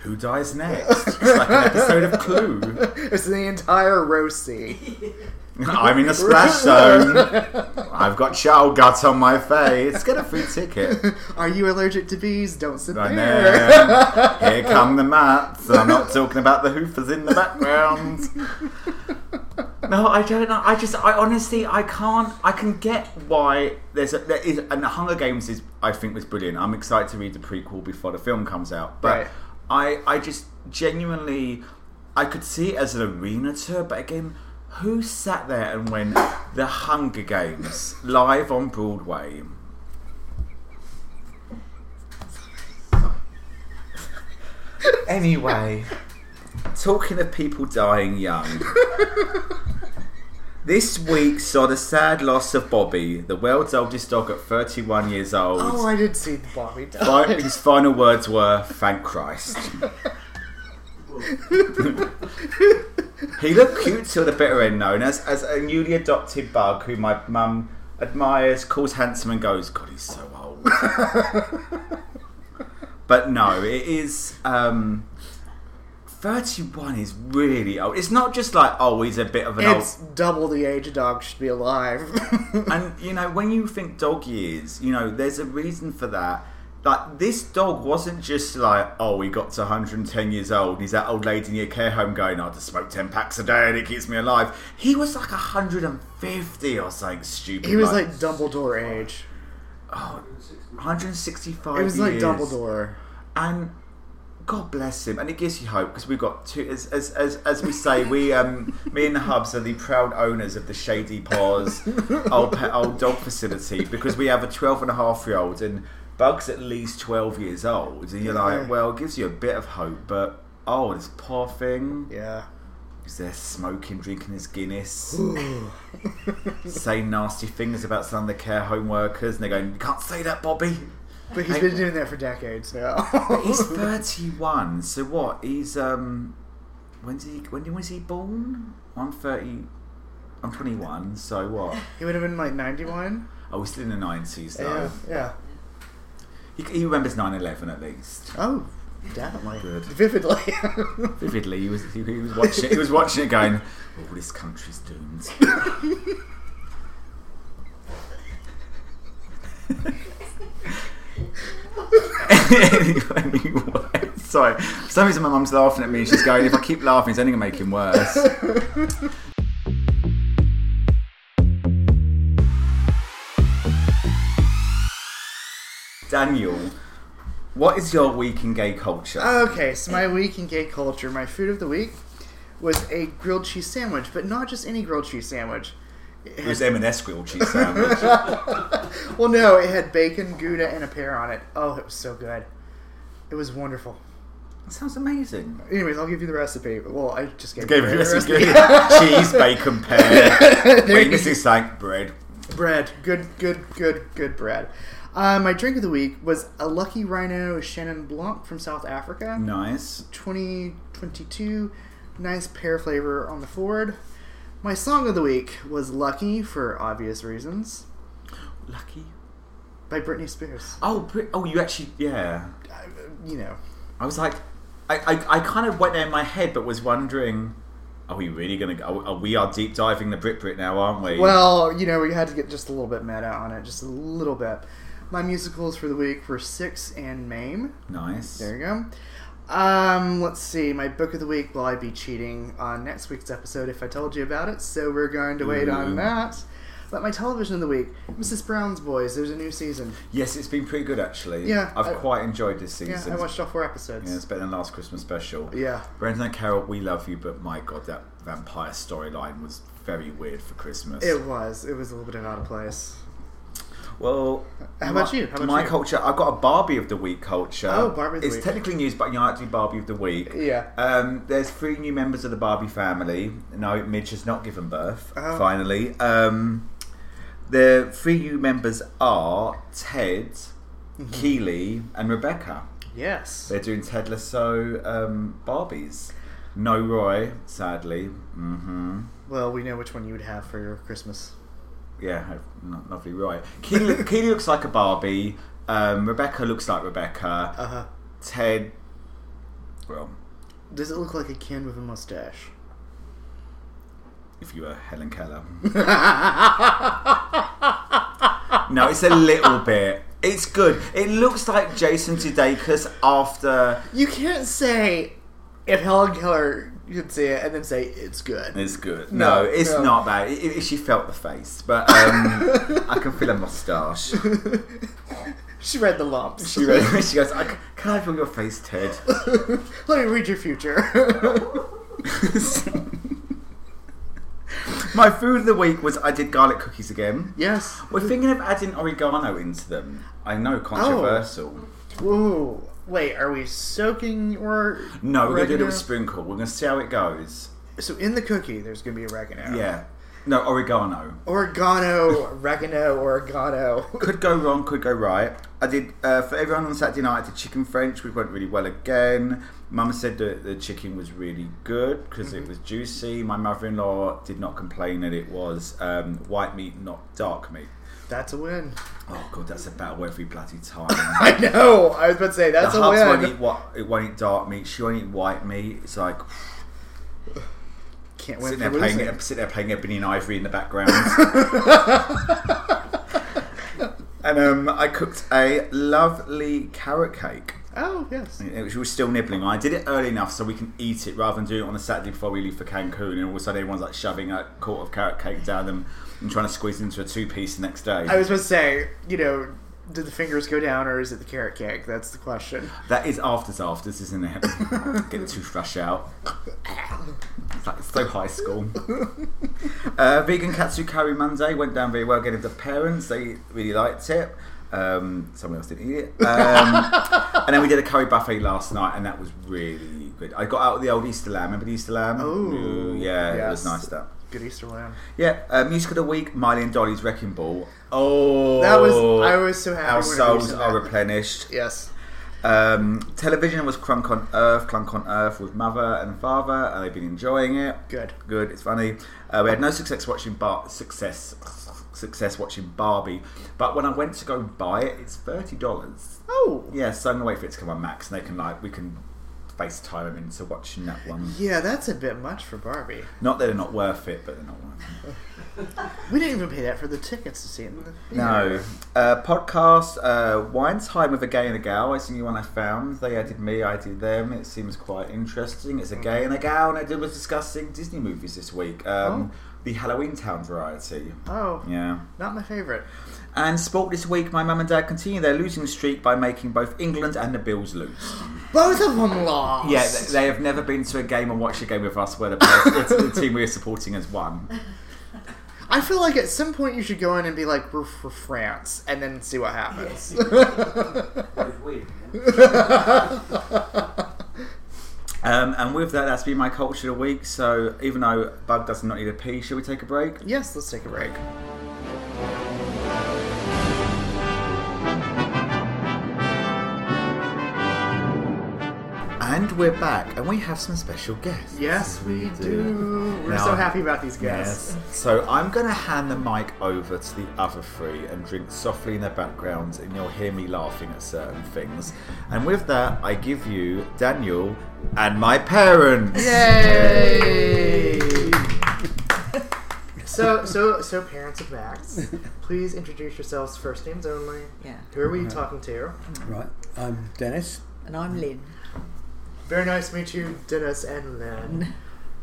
Who dies next? It's like an episode of Clue.
It's the entire row C.
I'm in a splash zone. I've got chow guts on my face. Get a free ticket.
Are you allergic to bees? Don't sit
Right
there.
now, here come the mats. And I'm not talking about the hoofers in the background. No, I don't know. I just, I honestly, I can't. I can get why there's a there is, and the Hunger Games is, I think, was brilliant. I'm excited to read the prequel before the film comes out. But
Right.
I, I just genuinely, I could see it as an arena tour. But again, who sat there and went the Hunger Games live on Broadway? Anyway, talking of people dying young. This week saw the sad loss of Bobby, the world's oldest dog at 31 years old.
Oh, I did see the Bobby die.
Fi- His final words were, thank Christ. he looked cute till the bitter end, known as, as a newly adopted bug who my mum admires, calls handsome, and goes, God, he's so old. but no, it is. Um, 31 is really old. It's not just like, oh, he's a bit of an old.
It's double the age a dog should be alive.
And you know, when you think dog years, you know, there's a reason for that. Like this dog wasn't just like, oh, he got to 110 years old. And he's that old lady in your care home going, I just smoke 10 packs a day and it keeps me alive. He was like 150 or something stupid.
he was like Dumbledore age.
165.
It was like
years.
Dumbledore.
and God bless him, and it gives you hope because we've got two. As as, as, as we say, we um, me and the Hubs are the proud owners of the Shady Paws old pet, old dog facility because we have a 12 and a half year old and Bugs at least twelve years old, and you're
Yeah.
like, well, it gives you a bit of hope, but oh, this poor thing.
Yeah.
was there smoking, drinking his Guinness, saying nasty things about some of the care home workers, and they're going, "You can't say that, Bobby."
But he's been doing that for decades now.
He's thirty-one. So what? He's um, when's he? When was he born? I'm thirty. I'm twenty-one. So what?
he would have been like 91.
Oh, we're still in the nineties though.
Yeah. Yeah.
He, he remembers 9-11 at least.
Oh, definitely.
Good.
Vividly.
Vividly, he was he, he was watching it. He was watching it, going, "Oh, this country's doomed." anyway, sorry. For some reason, my mum's laughing at me. She's going, "If I keep laughing, it's only gonna make him worse." Daniel, what is your week in gay culture?
okay, so my week in gay culture, my food of the week was a grilled cheese sandwich, but not just any grilled cheese sandwich. It
It
had-
was M&S grilled cheese sandwich.
well, no, it had bacon, gouda, and a pear on it. Oh, it was so good. It was wonderful.
that sounds amazing.
Anyways, I'll give you the recipe. Well, I just gave,
Gave
you
it
the
a
recipe.
good cheese, bacon, pear.
There
Wait,
you
this is like bread.
Bread. Good, good, good, good bread. Uh, my drink of the week was a Lucky Rhino Shannon Blanc from South Africa.
Nice.
2022. Nice pear flavor on the forward. My song of the week was Lucky for obvious reasons
Lucky.
by Britney Spears.
Oh, Brit- oh, you actually, yeah.
I, you know,
I was like, I, I, I kind of went there in my head, but was wondering, are we really going to go? Are, we are deep diving the Brit Brit now, aren't we?
well, you know, we had to get just a little bit meta on it, just a little bit. My musicals for the week were Six and Mame.
nice.
There you go. Um, let's see. My book of the week. Will I be cheating on next week's episode if I told you about it? So we're going to wait
Ooh.
on that. But my television of the week, Mrs. Brown's Boys. There's a new season.
Yes, it's been pretty good actually.
Yeah,
I've
I-
quite enjoyed this
Yeah,
season.
I watched all four
Yeah, it's
episodes.
better than last Christmas special.
Yeah.
Brendan and Carol, we love you, but my god, that vampire storyline was very weird for Christmas.
It was. It was a little bit out of place.
Well,
How
my-
about you? How about
my
you?
culture. I've got a Barbie of the week culture.
Oh, Barbie of the
It's
week.
technically news, but you know, I do Barbie of the week.
Yeah.
Um, there's three new members of the Barbie family. No, Midge has not given birth.
Oh.
Finally, um, the three new members are Ted,
Mm-hmm.
Keeley, and Rebecca.
Yes.
They're doing Ted Lasso um, Barbies. No Roy, sadly. hmm
Well, we know which one you would have for your Christmas.
Yeah, no- lovely Roy. Keely, Keely looks like a Barbie. Um, Rebecca looks like Rebecca.
Uh huh.
Ted. Well,
Does it look like a Ken with a mustache?
if you were Helen Keller. no, it's a little bit. It's good. It looks like Jason Sudeikis after.
You can't say if Helen Keller could see it and then say it's good.
It's good. No,
No,
it's
no.
not bad. I i she felt the face, but um, I can feel a moustache.
she read the lumps.
She, re- she goes, I c "Can I feel your face, Ted?"
Let me read your future.
My food of the week was I did garlic cookies again.
yes.
We're thinking of adding oregano into them. I know, controversial.
Ooh. Wait, are we soaking or
No, we're going to do it
oregano?
with sprinkle. We're going to see how it goes.
So in the cookie, there's gonna be oregano.
Yeah. No, oregano.
Oregano, oregano, oregano.
Could go wrong, could go right. I did, uh, for everyone on Saturday night, I did chicken French, which went really well again. Mum said that the chicken was really good because it was juicy. My mother in law did not complain that it was um, white meat, not dark meat.
That's a win.
Oh, God, that's a battle every bloody time.
I know. I was about to say that's
the
a
hubs won't
win.
eat, what, it won't eat dark meat. She won't eat white meat. It's like
Can't win
sitting
for
there playing,
losing.
sitting there playing Ebony and Ivory in the background. and um, I cooked a lovely carrot cake.
Oh yes.
It was, she was still nibbling. I did it early enough so we can eat it rather than do it on a Saturday before we leave for Cancun. And all of a sudden, everyone's like shoving a quart of carrot cake down them and trying to squeeze it into a two piece the next day.
I was about to say, you know, did the fingers go down or is it the carrot cake? That's the question.
That is afters afters, isn't it? Get the toothbrush out. It's like so high school. Uh, vegan katsu curry Monday went down very well. Getting the parents, they really liked it. Um, someone else didn't eat it. Um, and then we did a curry buffet last night, and that was really good. I got out the old Easter lamb. Remember the Easter lamb?
Ooh,
Ooh, yeah, it was
yes.
nice that.
Good Easter lamb.
Yeah, uh, music of the week: Miley and Dolly's Wrecking Ball. Oh,
That was I was so happy.
Our
when I
souls
saw
are
that.
replenished.
Yes.
Um, television was Crunk on Earth, Clunk on Earth with mother and father, and they've been enjoying it.
Good.
Good, it's funny. Uh, we had no success watching Bar success success watching Barbie, but when I went to go buy it, it's thirty dollars.
Oh.
Yeah, so I'm gonna wait for it to come on Max, and they can like we can FaceTime them into watching that one.
Yeah, that's a bit much for Barbie.
Not that they're not worth it, but they're not worth it.
We didn't even pay that for the tickets to see it. in the
No.
theater.
Uh, podcast, uh, Wine Time with a Gay and a Gal. It's the new one I found. They added me, I did them. It seems quite interesting. It's a gay and a gal, and I did was discussing Disney movies this week. Um, The Halloween Town variety.
Oh,
Yeah.
not my favorite.
And sport this week, my mum and dad continue their losing streak by making both England and the Bills lose.
Both of them lost.
Yeah, th- they have never been to a game and watched a game with us where the, the, the team we're supporting has won.
I feel like at some point you should go in and be like, "We're for France," and then see what happens.
Both weird, yeah?
Um, and with that, that's been my culture of the week. So even though Bug does not need a pee, shall we take a break?
yes, let's take a break.
And we're back, and we have some special guests.
Yes, we do. We're
Now-
so happy about these guests.
So I'm going to hand the mic over to the other three and drink softly in the background, and you'll hear me laughing at certain things. And with that, I give you Daniel and my parents.
Yay! so, so, so, parents of Max, please introduce yourselves. First names only.
Yeah.
Who are we talking to?
Right, I'm Dennis.
And I'm Lynn.
Very nice to meet you, Dennis and Lynn.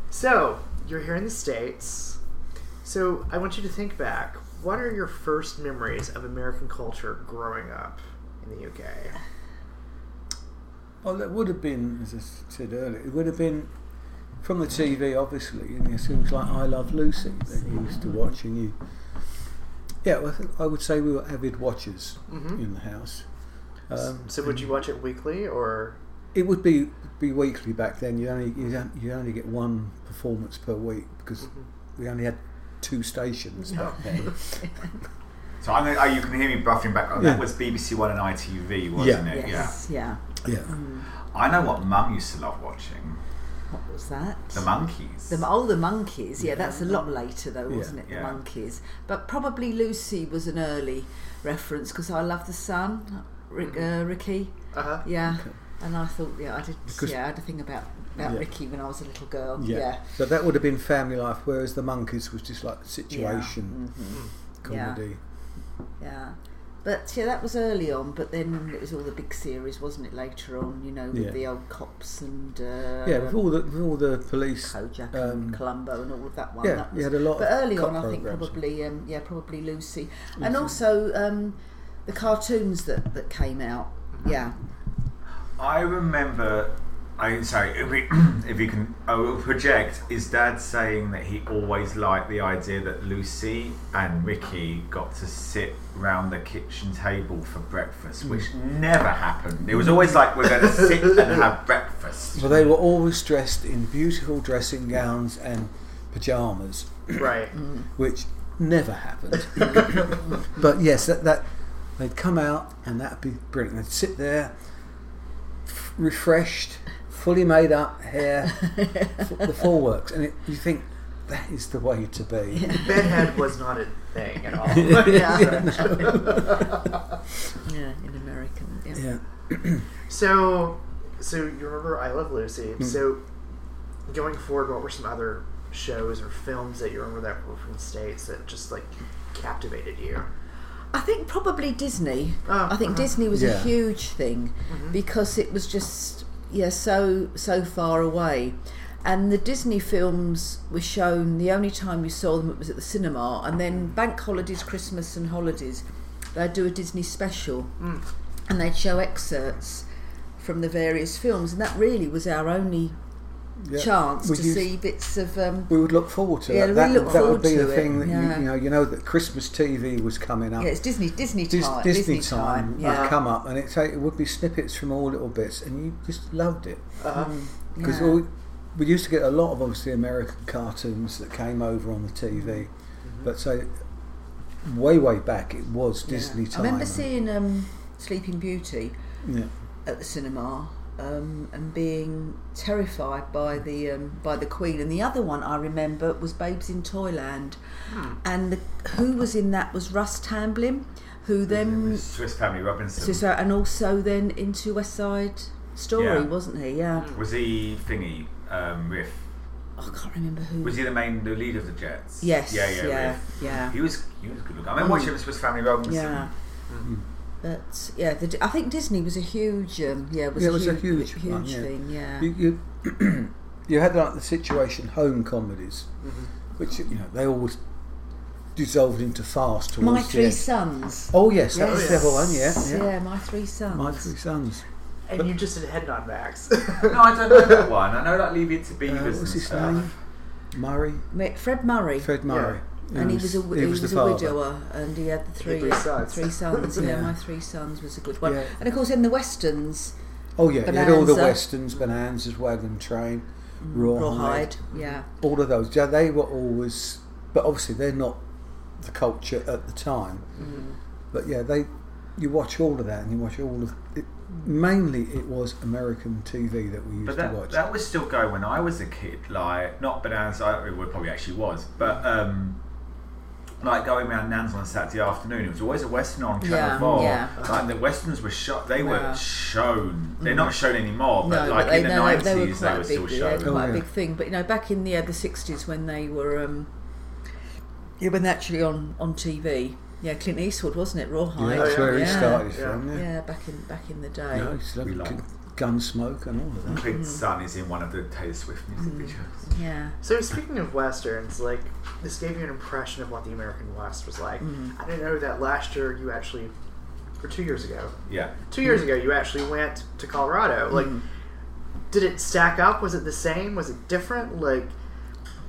So, you're here in the States. So, I want you to think back. What are your first memories of American culture growing up in the UK?
Well, it would have been, as I s- said earlier, it would have been from the TV, obviously, and there's things like I Love Lucy that you used to watch, and you. Yeah, well, I think- I would say we were avid watchers
Mhm.
in the house. Um,
So, would you watch it weekly or?
it would be be weekly back then. You only you don't, you only get one performance per week because
Mm-hmm.
we only had two stations back then.
So I'm gonna, oh, you can hear me buffing back. Oh, That
Yeah.
was BBC One and ITV, wasn't
Yeah.
it?
Yes. Yeah. Mm.
yeah,
Yeah. I know what Mum used to love watching.
What was that?
The Monkeys.
The, oh, the monkeys. Yeah, that's a lot later, though, wasn't it? The
Yeah.
monkeys. But probably Lucy was an early reference because I love the sun, Rick,
Mm.
uh, Ricky.
Uh huh.
Yeah. And I thought, yeah, I did.
Because-
yeah, I had a thing about about
Yeah.
Ricky when I was a little girl.
yeah,
Yeah.
So that would have been family life, whereas the monkeys was just like situation
Mhm. Yeah.
comedy.
Yeah. But yeah, that was early on. But then it was all the big series, wasn't it? Later on, you know, with
Yeah.
the old cops and uh,
Yeah, with all the with all the police.
Kojak
um,
and Columbo and all of that one.
yeah,
that
you had a lot
But
of
early
cop
on, I think
programmes.
probably um, yeah, probably Lucy, and also um, the cartoons that that came out. Yeah,
I remember. I sorry if we if you can I will project is Dad saying that he always liked the idea that Lucy and Ricky got to sit round the kitchen table for breakfast, which never happened. It was always like we're going to sit and have breakfast.
Well, they were always dressed in beautiful dressing gowns and pajamas,
Right.
Mm-hmm.
which never happened. but yes, that, that they'd come out and that'd be brilliant. They'd sit there, f- refreshed, fully made up hair, f- the full works, and it, you think that is the way to be.
Bedhead was not a thing at all.
yeah, in America. Yeah.
yeah.
So, so you remember I Love Lucy.
Hmm.
So, going forward, what were some other shows or films that you remember that were from the states that just like captivated you?
I think probably Disney.
Oh,
I think
uh-huh. Mm-hmm.
Disney was a
Yeah.
huge thing because it was just yeah so so far away, and the Disney films were shown. The only time you saw them it was at the cinema, and then bank holidays, Christmas, and holidays, they'd do a Disney special,
Mm.
and they'd show excerpts from the various films, and that really was our only
Yeah.
chance
We
to
used-
see bits of. Um,
We would look forward to
Yeah,
that.
we
that
look
that
forward
would be
to
the
it,
thing that
yeah.
you, you know. You know that Christmas TV was coming up.
yeah, it's Disney Disney
Dis-
time.
Disney, time, would
yeah.
come up, and it, it would be snippets from all little bits, and you just loved it
Uh,
Hmm.
because
Yeah.
we, used to get a lot of obviously American cartoons that came over on the TV, but so way way back it was Disney
Mm-hmm. Yeah.
time.
I remember
and-
seeing um, Sleeping Beauty
yeah.
at the cinema um, and being terrified by the um, by the Queen. And the other one I remember was Babes in Toyland,
Hmm.
and the, who was in that was Russ Tamblyn, who then
Swiss Family Robinson.
so, so- and also then into West Side Story,
Yeah. Mm.
wasn't he? Yeah,
was he thingy? Um, Riff.
Oh, I can't remember who.
Was he the main, the leader of the Jets?
yes,
Yeah, yeah,
yeah,
Riff.
yeah.
He was, he was good looking. I remember
Mm.
watching the Swiss Family Robinson.
Yeah.
Mm-hmm.
But yeah, the, D- I think Disney was a huge um, yeah was,
Yeah,
a,
it was a
huge,
huge one, yeah.
thing yeah
You, you, you had like the situation home comedies,
Mm-hmm.
which you know they always dissolved into farce towards
My
the
Three
end.
Sons
Oh yes, that was the
Yes.
other one. Yeah,
yeah.
yeah.
My Three Sons
My three sons.
and you just did head nod, Max.
No, I don't know that one. I know that Leave It to
Uh,
Beavers.
what
and
was his
stuff.
name? Murray.
Ma- Fred Murray
Fred Murray.
and he was a he was,
the
a
father.
widower, and he had the three
three sons.
three sons. yeah,
Yeah.
my three sons was a good one.
Yeah.
And of course, in the westerns,
Oh yeah, he had all
Bonanza.
the
Mm.
westerns, Bonanzas, Wagon Train, Rawhide,
rawhide. Yeah,
all of those. Yeah, they were always, but obviously they're not the culture at the time. But yeah, they you watch all of that and you watch all of it. Mainly, it was American TV that we used
But
to watch.
that, that was still going when I was a kid. Like, not Bonanza, I- it would- probably actually was, but um, like going around Nan's on a Saturday afternoon, it was always a Western on Channel
Yeah,
4.
yeah.
Like, the Westerns were shot, they
Yeah. Mm.
were shown. They're not shown anymore, but
no,
like
but they,
in the
no,
90s,
they were quite a
still
big, they had
shown.
quite
Oh,
a
yeah.
big thing. But you know, back in the yeah, the sixties when they were um, yeah, when they're actually on on TV. Yeah, Clint Eastwood wasn't it?
yeah,
Rawhide.
that's
yeah.
where he
Yeah.
started
Yeah.
from. Yeah,
Yeah, back in back in the day.
No, he's
We
lovely.
like-
Gunsmoke and all of that.
Clint's
Mm.
son is in one of the Taylor Swift music videos.
Yeah.
So speaking of westerns, like this gave you an impression of what the American West was like.
Hmm.
I didn't know that last year you actually, or two years ago,
Yeah.
two years ago you actually went to
Mm-hmm.
Colorado. Like, did it stack up? Was it the same? Was it different? Like,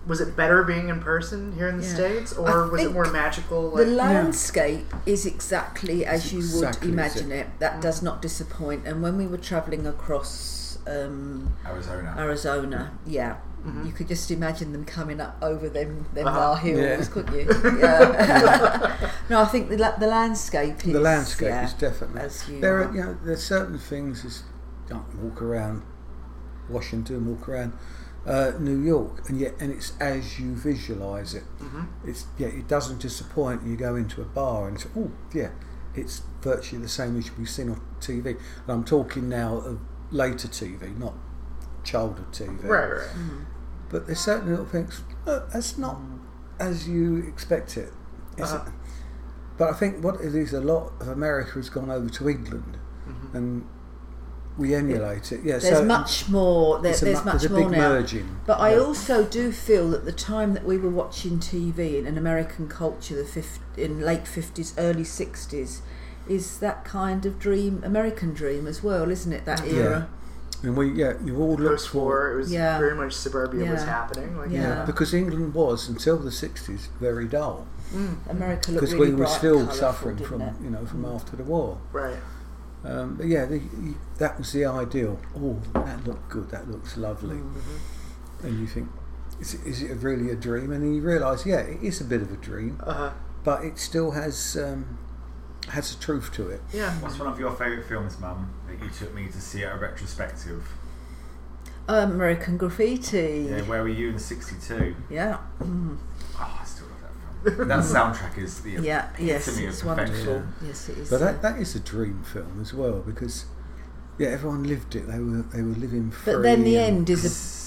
was it better being in person here in the
Yeah.
states,
I
or was it
think
more magical?
The
Like,
landscape is exactly as you
exactly
would
as
imagine it. That does not disappoint. And when we were travelling across um,
Arizona.
Arizona, yeah,
Mm-hmm.
you could just imagine them coming up over them them
Uh-huh.
bar hills,
Yeah.
couldn't you? Yeah. no, I think the la- the landscape. Is,
the landscape
yeah,
is definitely
as you
there are you know there's certain things as you know, walk around Washington walk around uh, New York and yet and it's as you visualize it it's yeah it doesn't disappoint you go into a bar and it's oh yeah it's virtually the same as we've seen on TV and I'm talking now of later TV not childhood TV
right, right.
Mm-hmm.
but there's certain little things. "Oh, that's not as you expect it. It's-
Uh-huh.
But I think what it is, a lot of America has gone over to England,
Mm-hmm.
and we emulate it. Yeah,
There's
so
much more. There,
it's a
there's
mu-
much
there's a
more
big
now.
merging.
But I
Yeah.
also do feel that the time that we were watching TV in an American culture, the fif- in late fifties, early sixties, is that kind of dream, American dream as well, isn't it?
Mm-hmm.
That era.
and we yeah, you all look
Post
for
war, it was
Yeah.
very much suburbia was
Yeah.
happening. Like,
Yeah.
because England was until the sixties very dull
Mm.
Mm. America looked
because
really
we were
bright,
still
colourful,
suffering
didn't
from
it? Mm.
you know from after the war.
right.
Um, but yeah, the, that was the ideal. Oh, that looked good. That looks lovely.
Mm-hmm.
And you think, is it, is it really a dream? And then you realise, yeah, it is a bit of a dream,
Uh huh.
but it still has um, has a truth to it.
Yeah.
What's one of your favourite films, Mum, that you took me to see at a retrospective?
Um, American graffiti.
Yeah, where were you in 62?
Yeah. Mm.
Oh, I still love that film. That soundtrack is the
Yeah. Yes,
epitome of
it's
perfection.
wonderful. Yes, it is.
But
uh,
that, that is a dream film as well because yeah, everyone lived it. They were they were living free.
But then the
and-
end is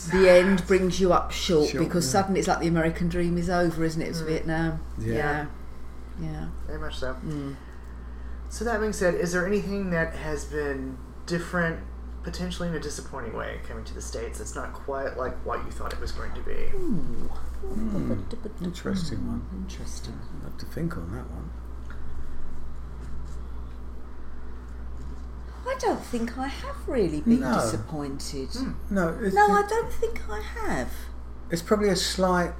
a, the end brings you up short,
Short,
because
yeah.
suddenly it's like the American dream is over, isn't it? It was Vietnam.
Yeah.
Yeah. Yeah.
Very much so.
Mm.
So that being said, is there anything that has been different, potentially in a disappointing way, coming to the states? That's not quite like what you thought it was going to be.
Interesting one.
Hmm. Interesting.
I'll have to think on that one.
I don't think I have really been
No.
disappointed.
No, it's,
No, I don't think I have.
it's probably a slight.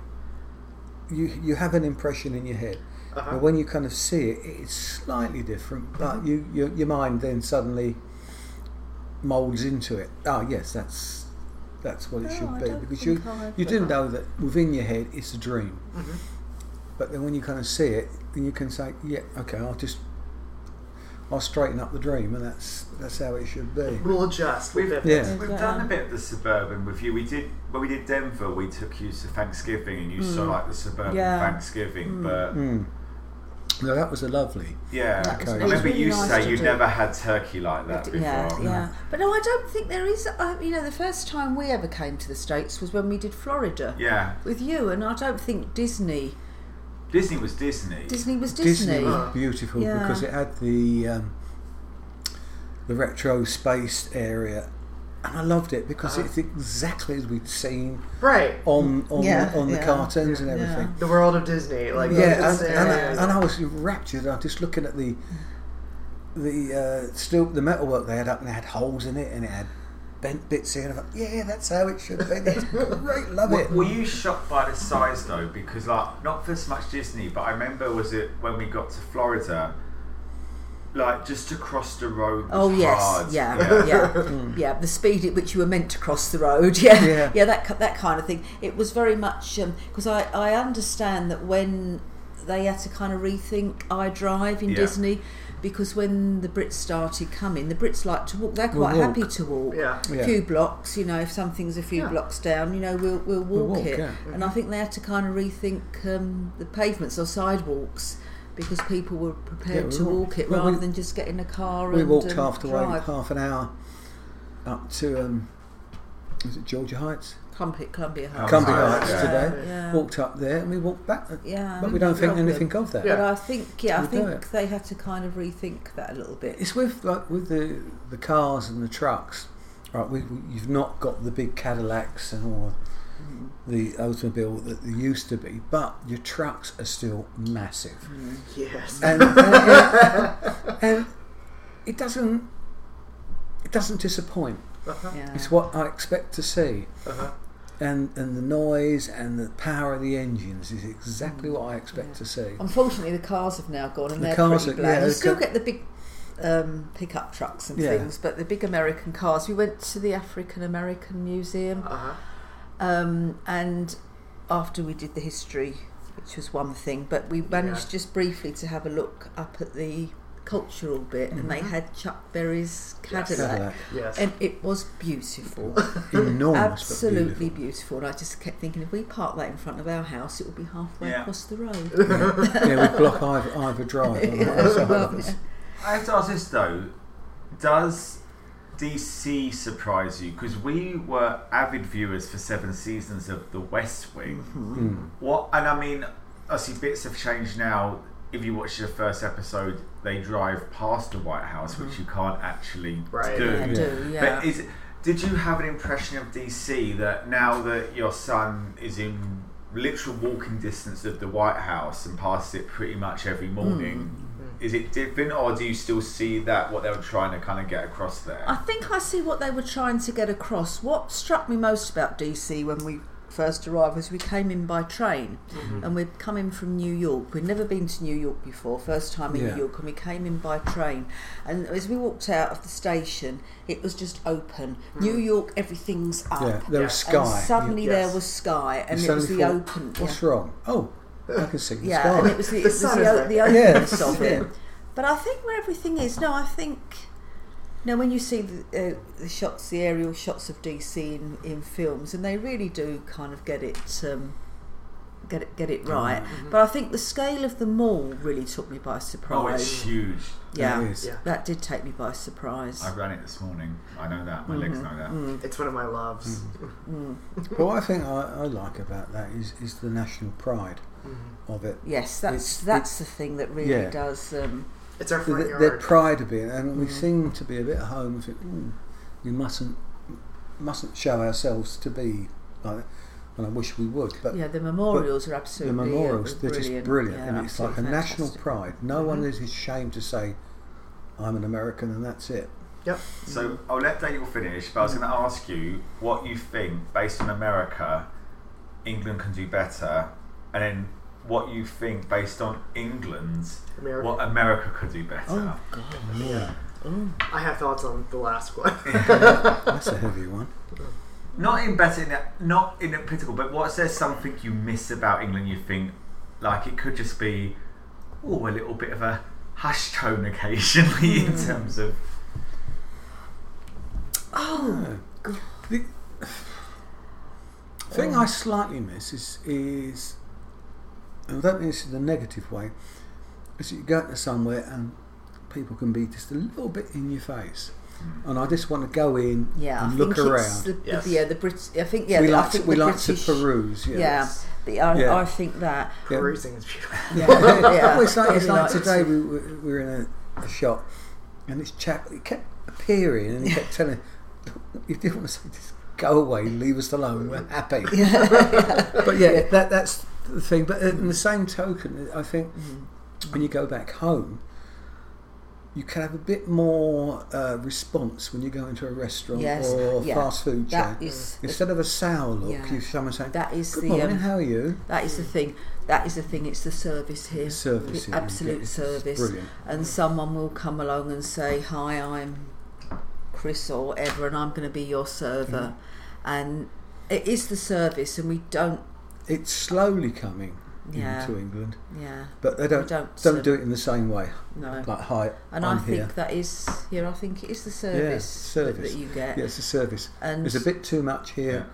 You you have an impression in your head,
Uh-huh.
but when you kind of see it, it's slightly different. But you, your your mind then suddenly molds into it. Oh yes, that's that's what it
No,
should
I
be
don't
because you
think I've-
you do know that within your head it's a dream.
Mm-hmm.
But then when you kind of see it, then you can say, yeah, okay, I'll just I'll straighten up the dream, and that's that's how it should be.
We'll adjust. We've
Yeah.
We've
Yeah.
done a bit of the suburban with you. We did when we did Denver. We took you to Thanksgiving, and you saw like the suburban
Mm. Yeah.
Thanksgiving. But
Mm. No, that was a lovely.
yeah,
That was-
it
I
was
remember
really
you
nice
say
to
you
do.
never had turkey like that before.
Yeah, yeah. But no, I don't think there is. Uh, you know, the first time we ever came to the States was when we did Florida
Yeah.
with you, and I don't think Disney.
Disney was Disney.
Disney was Disney.
Disney
Ah.
was beautiful
Yeah.
because it had the um, the retro space area, and I loved it because
Ah.
Uh-huh.
it's exactly as we'd seen
Right.
on on
Yeah,
the, on the
yeah,
cartoons and
yeah.
everything.
The world of Disney. Like
Yeah,
it's-
and,
yeah,
and,
yeah,
I,
yeah.
and I was raptured. I was just looking at the the uh, steel the metalwork they had up, and it had holes in it, and it had bent bits in. I thought, yeah, that's how it should be. That's great, love
Were,
it.
were you shocked by the size though? Because like not for so much Disney, but I remember was it when we got to Florida, like just to cross the road. Was
Oh yes,
hard.
yeah, yeah, yeah. The speed at which you were meant to cross the road, yeah,
Yeah.
yeah, that ki- that kind of thing. It was very much because I I understand that when they had to kind of rethink I Drive in
Yeah.
Disney because when the Brits started coming, the Brits like to walk. They're
We'll
quite
walk.
happy to walk.
Yeah.
Yeah.
A few blocks, you know, if something's a few
Yeah.
blocks down, you know, we'll, we'll walk,
We'll walk,
it.
yeah.
And I think they had to kind of rethink um, the pavements or sidewalks because people were prepared
we
to
walked.
walk it
Well,
rather
we-
than just get in a car
We
and
walked
um,
half the way,
drive.
half an hour, up to um, was it Georgia Heights?
Columbia, Columbia Heights.
Oh
Cumbria
Heights,
Heights
yeah.
today.
Yeah.
Walked up there and we walked back,
Mm-hmm. Yeah,
but we don't think
problem.
anything of that.
Yeah.
But I think, yeah, I
We do
think
it.
they had to kind of rethink that a little bit.
It's with like with the the cars and the trucks, right? We, we, you've not got the big Cadillacs and all the automobile that they used to be, but your trucks are still massive,
Mm.
Yes.
and, and, and- and it doesn't it doesn't disappoint.
Yeah.
It's what I expect to see.
Uh-huh.
And, and the noise and the power of the engines is exactly
Mm.
what I expect to see.
Unfortunately, the cars have now gone, and
The
they're
cars
pretty
are- yeah,
bland. you
the
still
ca-
get the big um, pickup trucks and
Yeah.
things, but the big American cars. We went to the African American Museum,
Uh-huh.
um, and after we did the history, which was one thing, but we managed just briefly to have a look up at the cultural bit, and they had Chuck Berry's Cadillac,
Mm-hmm. Cadillac.
Yes.
and it was beautiful.
Enormous, but
absolutely beautiful.
beautiful.
And I just kept thinking, if we park that in front of our house, it will be halfway
Yeah.
across the road.
yeah, we block Ivor, Ivor Drive on the other side of us.
I have to ask this though: Does DC surprise you? Because we were avid viewers for seven seasons of The West Wing.
Hmm.
What? And I mean, obviously, bits have changed now. If you watch the first episode, they drive past the White House, which you can't actually
Right.
do.
Yeah, I do, yeah.
But is did you have an impression of DC that now that your son is in literal walking distance of the White House and passes it pretty much every
Hmm.
morning, is it different, or do you still see that what they were trying to kind of get across there?
I think I see what they were trying to get across. What struck me most about DC when we first arrived was we came in by train
Mm-hmm.
and we're coming from New York. We'd never been to New York before, first time in
Yeah.
New York, and we came in by train. And as we walked out of the station, it was just open. New York, everything's up.
Hmm. Yeah, there was
And
sky.
suddenly
You-
Yes.
there was sky, and
you
it was the
suddenly thought,
open. yeah.
What's wrong? Oh, I can see the
Yeah,
sky.
and it was the,
The
it was
sun
the,
is
o-
there.
the openness
Yes,
of
yeah.
it. But I think where everything is, no, I think. Now, when you see the, uh, the shots, the aerial shots of DC in, in films, and they really do kind of get it, um, get it, get it right.
Hmm.
Mm-hmm.
But I think the scale of the mall really took me by
oh,
surprise.
it's huge.
yeah,
It is.
Yeah.
that did take me by surprise.
I ran it this morning. I know that. My
Mm-hmm.
legs know that.
It's one of my loves.
Hmm.
Mm,
But what I think I, I like about that is, is the national pride
Mm-hmm.
of it.
yes, that's
It's-
that's the thing that really
yeah.
does. Um,
It's our front
Their,
yard.
their pride of it, and
Mm.
we seem to be a bit at home. And think, "Ooh, we mustn't mustn't show ourselves to be like that. And I wish we would, but
yeah, the memorials are absolutely
the memorials
uh,
they're
brilliant.
just brilliant
Yeah,
and it's like a
absolutely Mm-hmm.
national
fantastic.
pride no one is ashamed to say i'm an american and that's it
Yep.
So I'll let Daniel finish, but I
Mm-hmm.
was going to ask you what you think, based on America, England can do better, and then what you think, based on England,
America.
what America could do better.
Oh God.
Yeah,
Mm.
I have thoughts on the last one.
that's a heavy one.
Not in better, in a, not in a political, but what's there something you miss about England? You think like it could just be, oh, a little bit of a hush tone occasionally in
Hmm.
terms of
Oh.
The thing I slightly miss is is and I don't mean this in a negative way, is that you go to somewhere and people can be just a little bit in your face. And I just want to go in
Yeah.
and
I
look
think
around.
It's the,
Yes.
Yeah. The Brit. I think. Yeah.
we
the, I
like to,
think
we
the
like
British,
to peruse, yeah.
Yeah. The, I,
Yeah.
I think that.
Yeah.
Perusing is beautiful.
Yeah.
Well, it's like, it's
Really
like
like
today
to-
we, we we were in a, a shop and this chap he kept appearing and he kept telling you didn't want to say just go away leave us alone we're happy
Mm,
but yeah, That, that's the thing but in the same token I think when you go back home you can have a bit more uh, response when you go into a restaurant
Yes,
or
yeah.
fast food chain
That is.
instead of a sour look
Yeah.
you someone saying
That is
good
the.
morning
um,
how are you
That is the thing. That is the thing. It's the service here.
service
The
here, you
absolute
get- it's
service.
brilliant
And someone will come along and say, "Hi, I'm Chris or whatever, and I'm going to be your
Mm.
server." And it is the service, and we don't.
it's slowly coming
Yeah.
into England,
Yeah.
but they don't
we
don't,
don't.
do it in the same way.
No.
Like hi,
And i
I'm
think
here.
that is. Yeah, I think it is the service, that-
service.
That, you get.
yeah, it's a service.
And
There's a bit too much here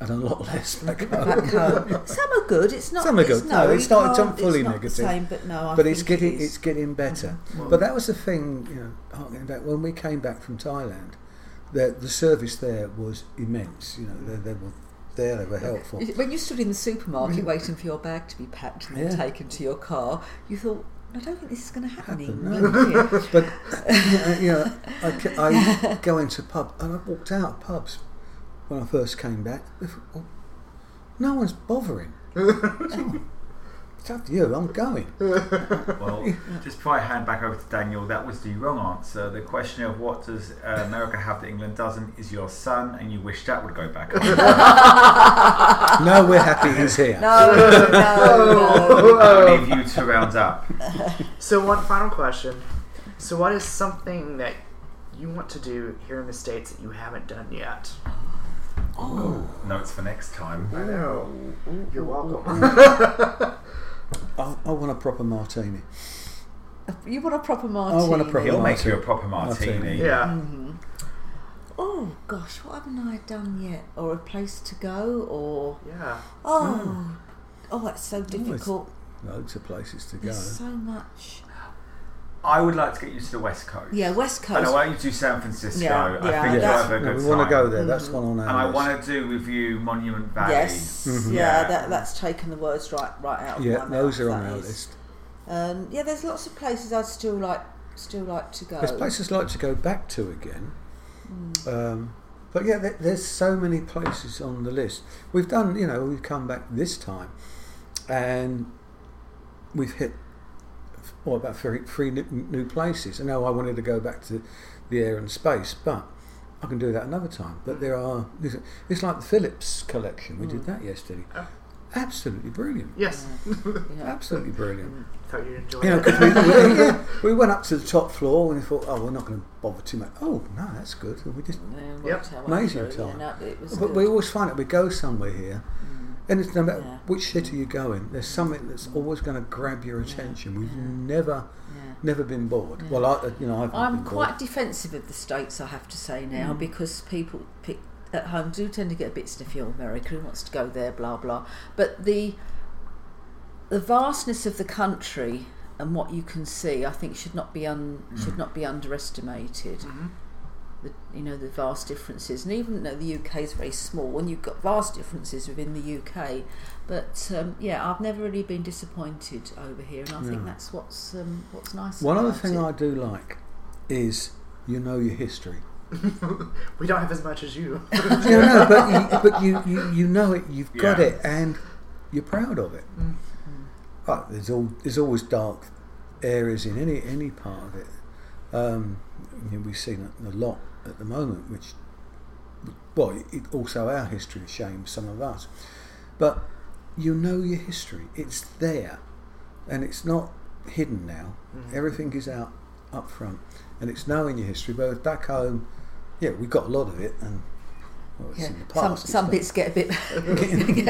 and a lot less back
back
home.
home. Some are good. It's not.
oh. Some are
it's
good. No,
you
it's not- it's
can't-
not fully
it's
negative.
The same, but no, I
But it's
think it
getting
is.
it's getting better.
Mm-hmm.
But that was the thing, you know, harking back when we came back from Thailand, the the service there was immense. You know, they, they were there, they were helpful.
When you stood in the supermarket waiting for your bag to be packed and
Yeah.
then taken to your car, you thought, I don't think this is going to happen.
Happen,
in
no.
England, do you?"
But uh, you know, I, ca- I go into pub and I walked out of pubs when I first came back. I thought, "Well, No one's bothering. So, It's up to you. I'm going.
Well, just before I hand back over to Daniel, that was the wrong answer. The question of what does uh, America have that England doesn't is your son, and you wish that would go back.
No, we're happy he's here.
no, no, no.
I'll leave you to round up.
So one final question. So what is something that you want to do here in the States that you haven't done yet?
Notes for next time.
I know. You're welcome.
I, I want a proper martini.
You want a proper martini? Mm-hmm.
want a proper-
He'll make you a proper martini.
yeah.
Oh gosh, what haven't I done yet? Or a place to go? Or
Yeah.
oh, oh, that's so difficult.
Loads of places to go.
There's so much.
I would like to get you to the West Coast.
Yeah, West
And I
Coast.
want you to do San Francisco.
Yeah,
I
yeah,
think you'll
that's-
have a
No,
good
we
time.
want to go there. That's one on our
And I
list.
want to do with you Monument Valley.
Yes,
Mhm.
yeah,
Yeah.
that, that's taken the words right, right out. Of
yeah,
my mouth,
those are on
that
our
is.
list.
Um, yeah, there's lots of places I'd still like, still like to go.
There's places like to go back to again. Um, but yeah, there, there's so many places on the list. We've done, you know, we've come back this time and we've hit, what, about three, three new, new places. I know I wanted to go back to the air and space, but I can do that another time. But there are, it's like the Phillips collection. We did that yesterday.
Oh.
Absolutely brilliant.
Yes.
Yeah.
Absolutely brilliant.
Thought you'd enjoy
You know,
it.
'cause we, we, yeah, we went up to the top floor and we thought, oh, we're not going to bother too much. Oh, no, that's good. And we just,
Yeah,
Yep.
worked out
Amazing
what to do,
time.
yeah, no, it was
but
good. Mm,
we always find that we go somewhere here, and it's no matter
Yeah.
which city you go in, there's something that's always going to grab your attention. We've never,
Yeah.
never been bored. Well, I, you know, I've not
I'm
been
quite defensive of the states, I have to say
Mm.
now, because people pick, at home do tend to get a bit sniffy on America. Who wants to go there? Blah blah. But the the vastness of the country and what you can see, I think, should not be un,
Mm.
should not be underestimated.
Mm-hmm.
The, you know the vast differences, and even though the UK is very small, and you've got vast differences within the UK, but um, yeah, I've never really been disappointed over here, and I think that's what's um, what's nice.
One other
about
thing
it.
I do like is you know your history.
We don't have as much as you.
you know, no, but you, but you, you, you know it. You've got
Yeah.
it, and you're proud of it. Uh, Oh, there's all there's always dark areas in any any part of it, Um, you know, we've seen it a lot at the moment, which, well, it, also our history shames some of us. But you know your history, it's there, and it's not hidden now.
Mm-hmm.
Everything is out up front, and it's knowing your history. But back home, yeah, we got a lot of it, and well, it's
Yeah.
in the
Some,
past. it's
some
not-
bits get a bit
Get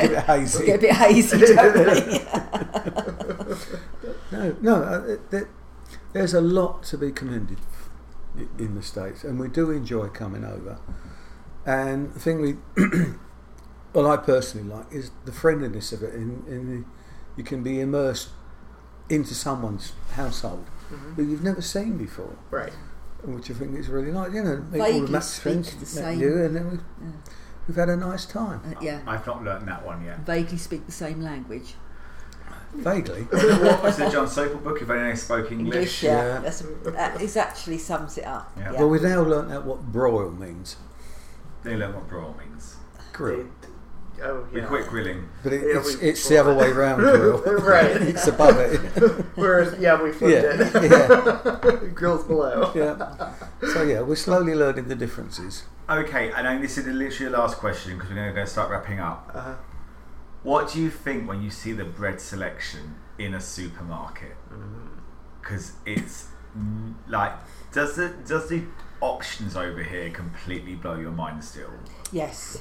a bit hazy.
get a bit hazy, don't they?
No, no. uh, th- th- There's a lot to be commended i- in the states, and we do enjoy coming over. And the thing we, well, I personally like is the friendliness of it. In, in the, you can be immersed into someone's household who you've never seen before,
Mm-hmm. Right.
which I think is really nice. You know, meet all
Vaguely
of Matt's
speak
friends,
the
met
same.
you, and then we've, we've had a nice time.
Mm. Uh, yeah,
I've not learned that one yet.
vaguely speak the same language.
Vaguely,
what was the John Sopel book if anyone spoke English?
English, yeah.
yeah.
That's, that is actually sums it up.
Yeah.
Yeah.
well, we've now learnt out what broil means.
They learn what brawl means.
Grill.
They- oh
We
yeah.
quit grilling.
But it,
Yeah,
it's,
we-
it's the other way round, Will.
Right.
it's above it.
Whereas yeah, we flipped
Yeah,
it. Grills below.
yeah. So yeah, we're slowly learning the differences.
Okay, and then this is literally the last question because we're going to start wrapping up.
Uh-huh.
What do you think when you see the bread selection in a supermarket? Because it's mm, like, does the does the options over here completely blow your mind still?
Yes.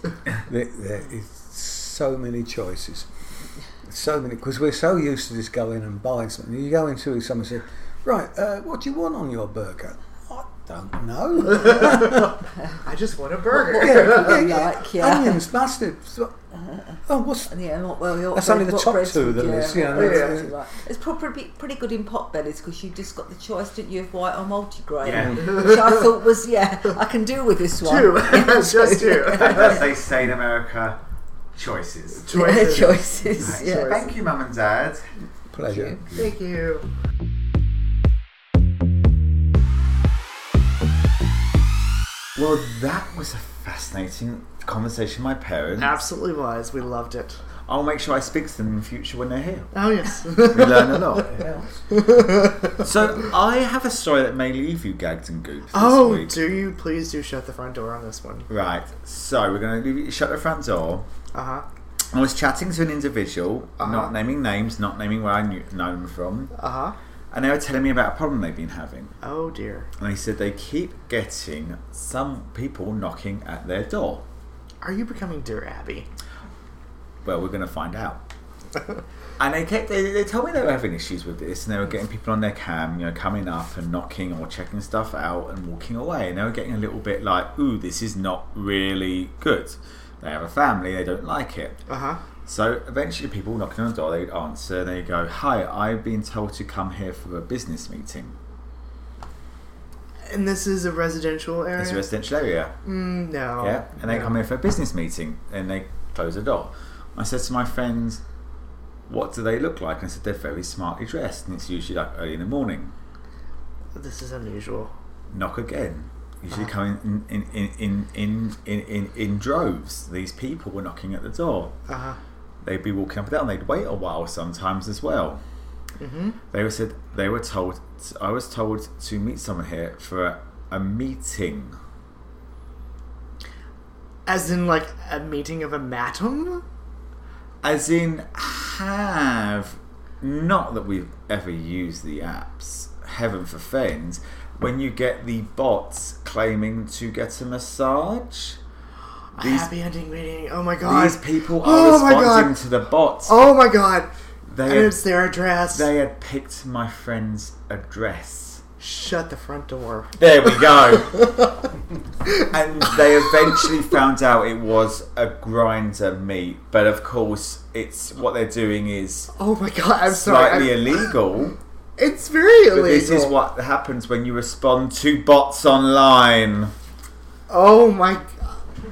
There, there is so many choices, so many because we're so used to just going and buying something. You go into someone says, "Right, uh, what do you want on your burger?" I don't know.
I just want a burger.
yeah,
Like, yeah.
Onions, mustard. so- Oh, what's
Yeah, what, well, what
That's
bread-
only the
what
top
breads
two
would
that
you-
is, yeah,
what breads
yeah.
would you like? It's probably pretty good in pot bellies because you just got the choice, didn't you, of white or multigrain?
Yeah.
Which I thought was, yeah, I can deal with this one.
Two. just two.
And as they say in America, choices.
Choices.
Choices, yeah.
Choices.
Thank you, Mum and Dad.
pleasure?
Thank you.
Well, that was a fascinating conversation. with My parents.
Absolutely was. We loved it.
I'll make sure I speak to them in future when they're here.
Oh yes.
We learn a lot. so I have a story that may leave you gagged and gooped this
oh,
week.
do you please do shut the front door on this one?
Right, so we're going to leave you, shut the front door.
Uh huh.
I was chatting to an individual,
Uh-huh.
not naming names, not naming where I knew, know them from,
Uh huh.
and they were telling me about a problem they've been having.
Oh dear.
And they said they keep getting some people knocking at their door.
Are you becoming dear Abby?
Well, we're going to find out. and they kept they, they told me they were having issues with this, and they were getting people on their cam, you know, coming up and knocking or checking stuff out and walking away. And they were getting a little bit like, "Ooh, this is not really good." They have a family, they don't like it.
Uh huh.
So eventually, people knocking on the door, they'd answer, and they go, "Hi, I've been told to come here for a business meeting.
And this is a residential area.
It's a residential area."
mm, no.
Yeah, and they
No.
come here for a business meeting and they close the door. I said to my friends, What do they look like? And I said, They're very smartly dressed, and it's usually like early in the morning.
This is unusual.
Knock again. Usually coming in in, in, in, in, in in droves. These people were knocking at the door.
Uh huh.
They'd be walking up and down, they'd wait a while sometimes as well. They were said they were told I was told to meet someone here for a, a meeting.
As in, like a meeting of a matum.
As in, have not that we've ever used the apps. Heaven forfend when you get the bots claiming to get a massage.
A
These-
happy ending meeting. Oh my god.
These people are
Oh my
responding
God.
to the bots.
Oh my god. And
they had,
it's their address.
they had picked my friend's address.
Shut the front door.
There we go. and they eventually found out it was a grinder meat, but of course, it's what they're doing is
Oh my god. I'm
slightly
sorry. I'm-
illegal.
it's very illegal.
But this is what happens when you respond to bots online.
Oh my. God.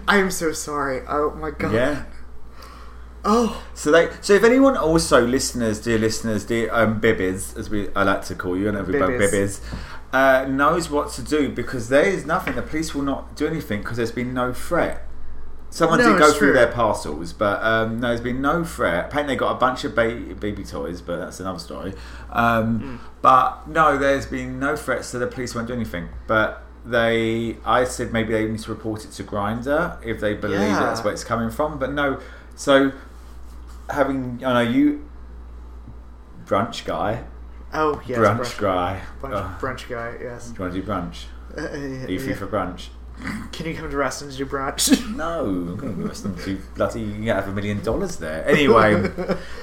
I am so sorry. Oh my god.
Yeah.
Oh.
So they. So if anyone also listeners, dear listeners, dear um, bibbies, as we I like to call you, and everybody bibbies,
Bibbies.
uh, knows what to do because there is nothing. The police will not do anything because there's been no threat. Someone
No,
did go
it's
through
true.
their parcels, but um, no, there's been no threat. Apparently, they got a bunch of ba- baby toys, but that's another story.
Hmm.
Um, But no, there's been no threats, so the police won't do anything. But they, I said maybe they need to report it to Grinder if they believe
Yeah.
that's where it's coming from. But no, so having, I know you, brunch guy,
Oh yes,
brunch,
brunch,
guy.
brunch,
Oh,
brunch guy. Yes.
do you want to do brunch?
Uh,
Are you free
yeah.
for brunch?
Can you come to Reston to do brunch?
No, I'm going to be listening to bloody. You can have a million dollars there. Anyway,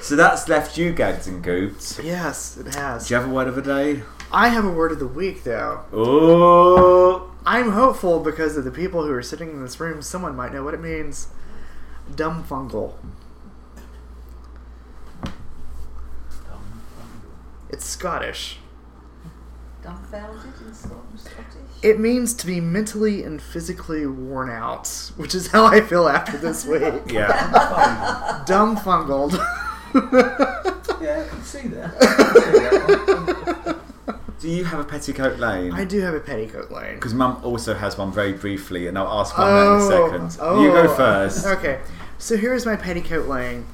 so that's left you, Gags and Goots.
yes, it has.
Do you have a word of the day?
I have a word of the week though.
Oh,
I'm hopeful because of the people who are sitting in this room. Someone might know what it means. Dumb fungal. It's Scottish.
Dumbfounded in Scotland, Scottish.
It means to be mentally and physically worn out, which is how I feel after this week.
yeah.
Dumb fungled.
Yeah, I can see that.
Do you have a petticoat lane?
I do have a petticoat lane.
Because Mum also has one very briefly, and I'll ask one
Oh,
in a second.
oh.
You go first.
Okay, so here is my petticoat laying.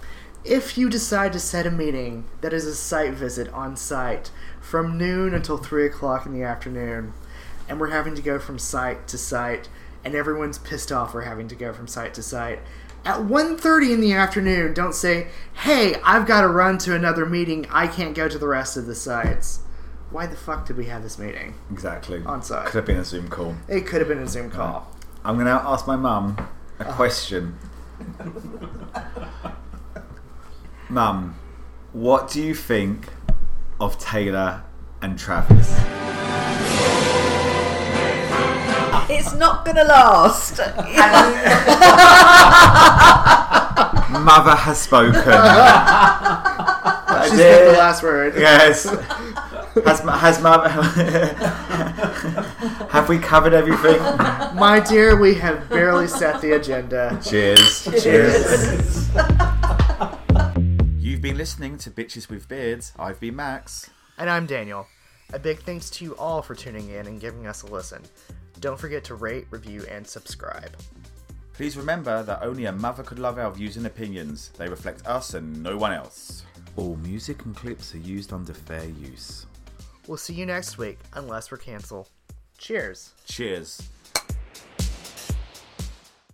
If you decide to set a meeting that is a site visit on site from noon until 3 o'clock in the afternoon, and we're having to go from site to site, and everyone's pissed off we're having to go from site to site, at 1.30 in the afternoon, don't say, hey, I've got to run to another meeting, I can't go to the rest of the sites. Why the fuck did we have this meeting?
Exactly.
On site.
Could have been a Zoom call.
It could have been a Zoom call.
I'm going to ask my mum a
Uh-huh.
question. mum, what do you think of Taylor and Travis?
It's not gonna last.
Mother has spoken.
She's got the last word.
Yes. Has ma- has mother? Have we covered everything?
My dear, we have barely set the agenda.
Cheers. Cheers. You've been listening to Bitches with Beards. I've been Max.
And I'm Daniel. A big thanks to you all for tuning in and giving us a listen. Don't forget to rate, review, and subscribe.
Please remember that only a mother could love our views and opinions. They reflect us and no one else. All music and clips are used under fair use.
We'll see you next week, unless we're canceled. Cheers.
Cheers.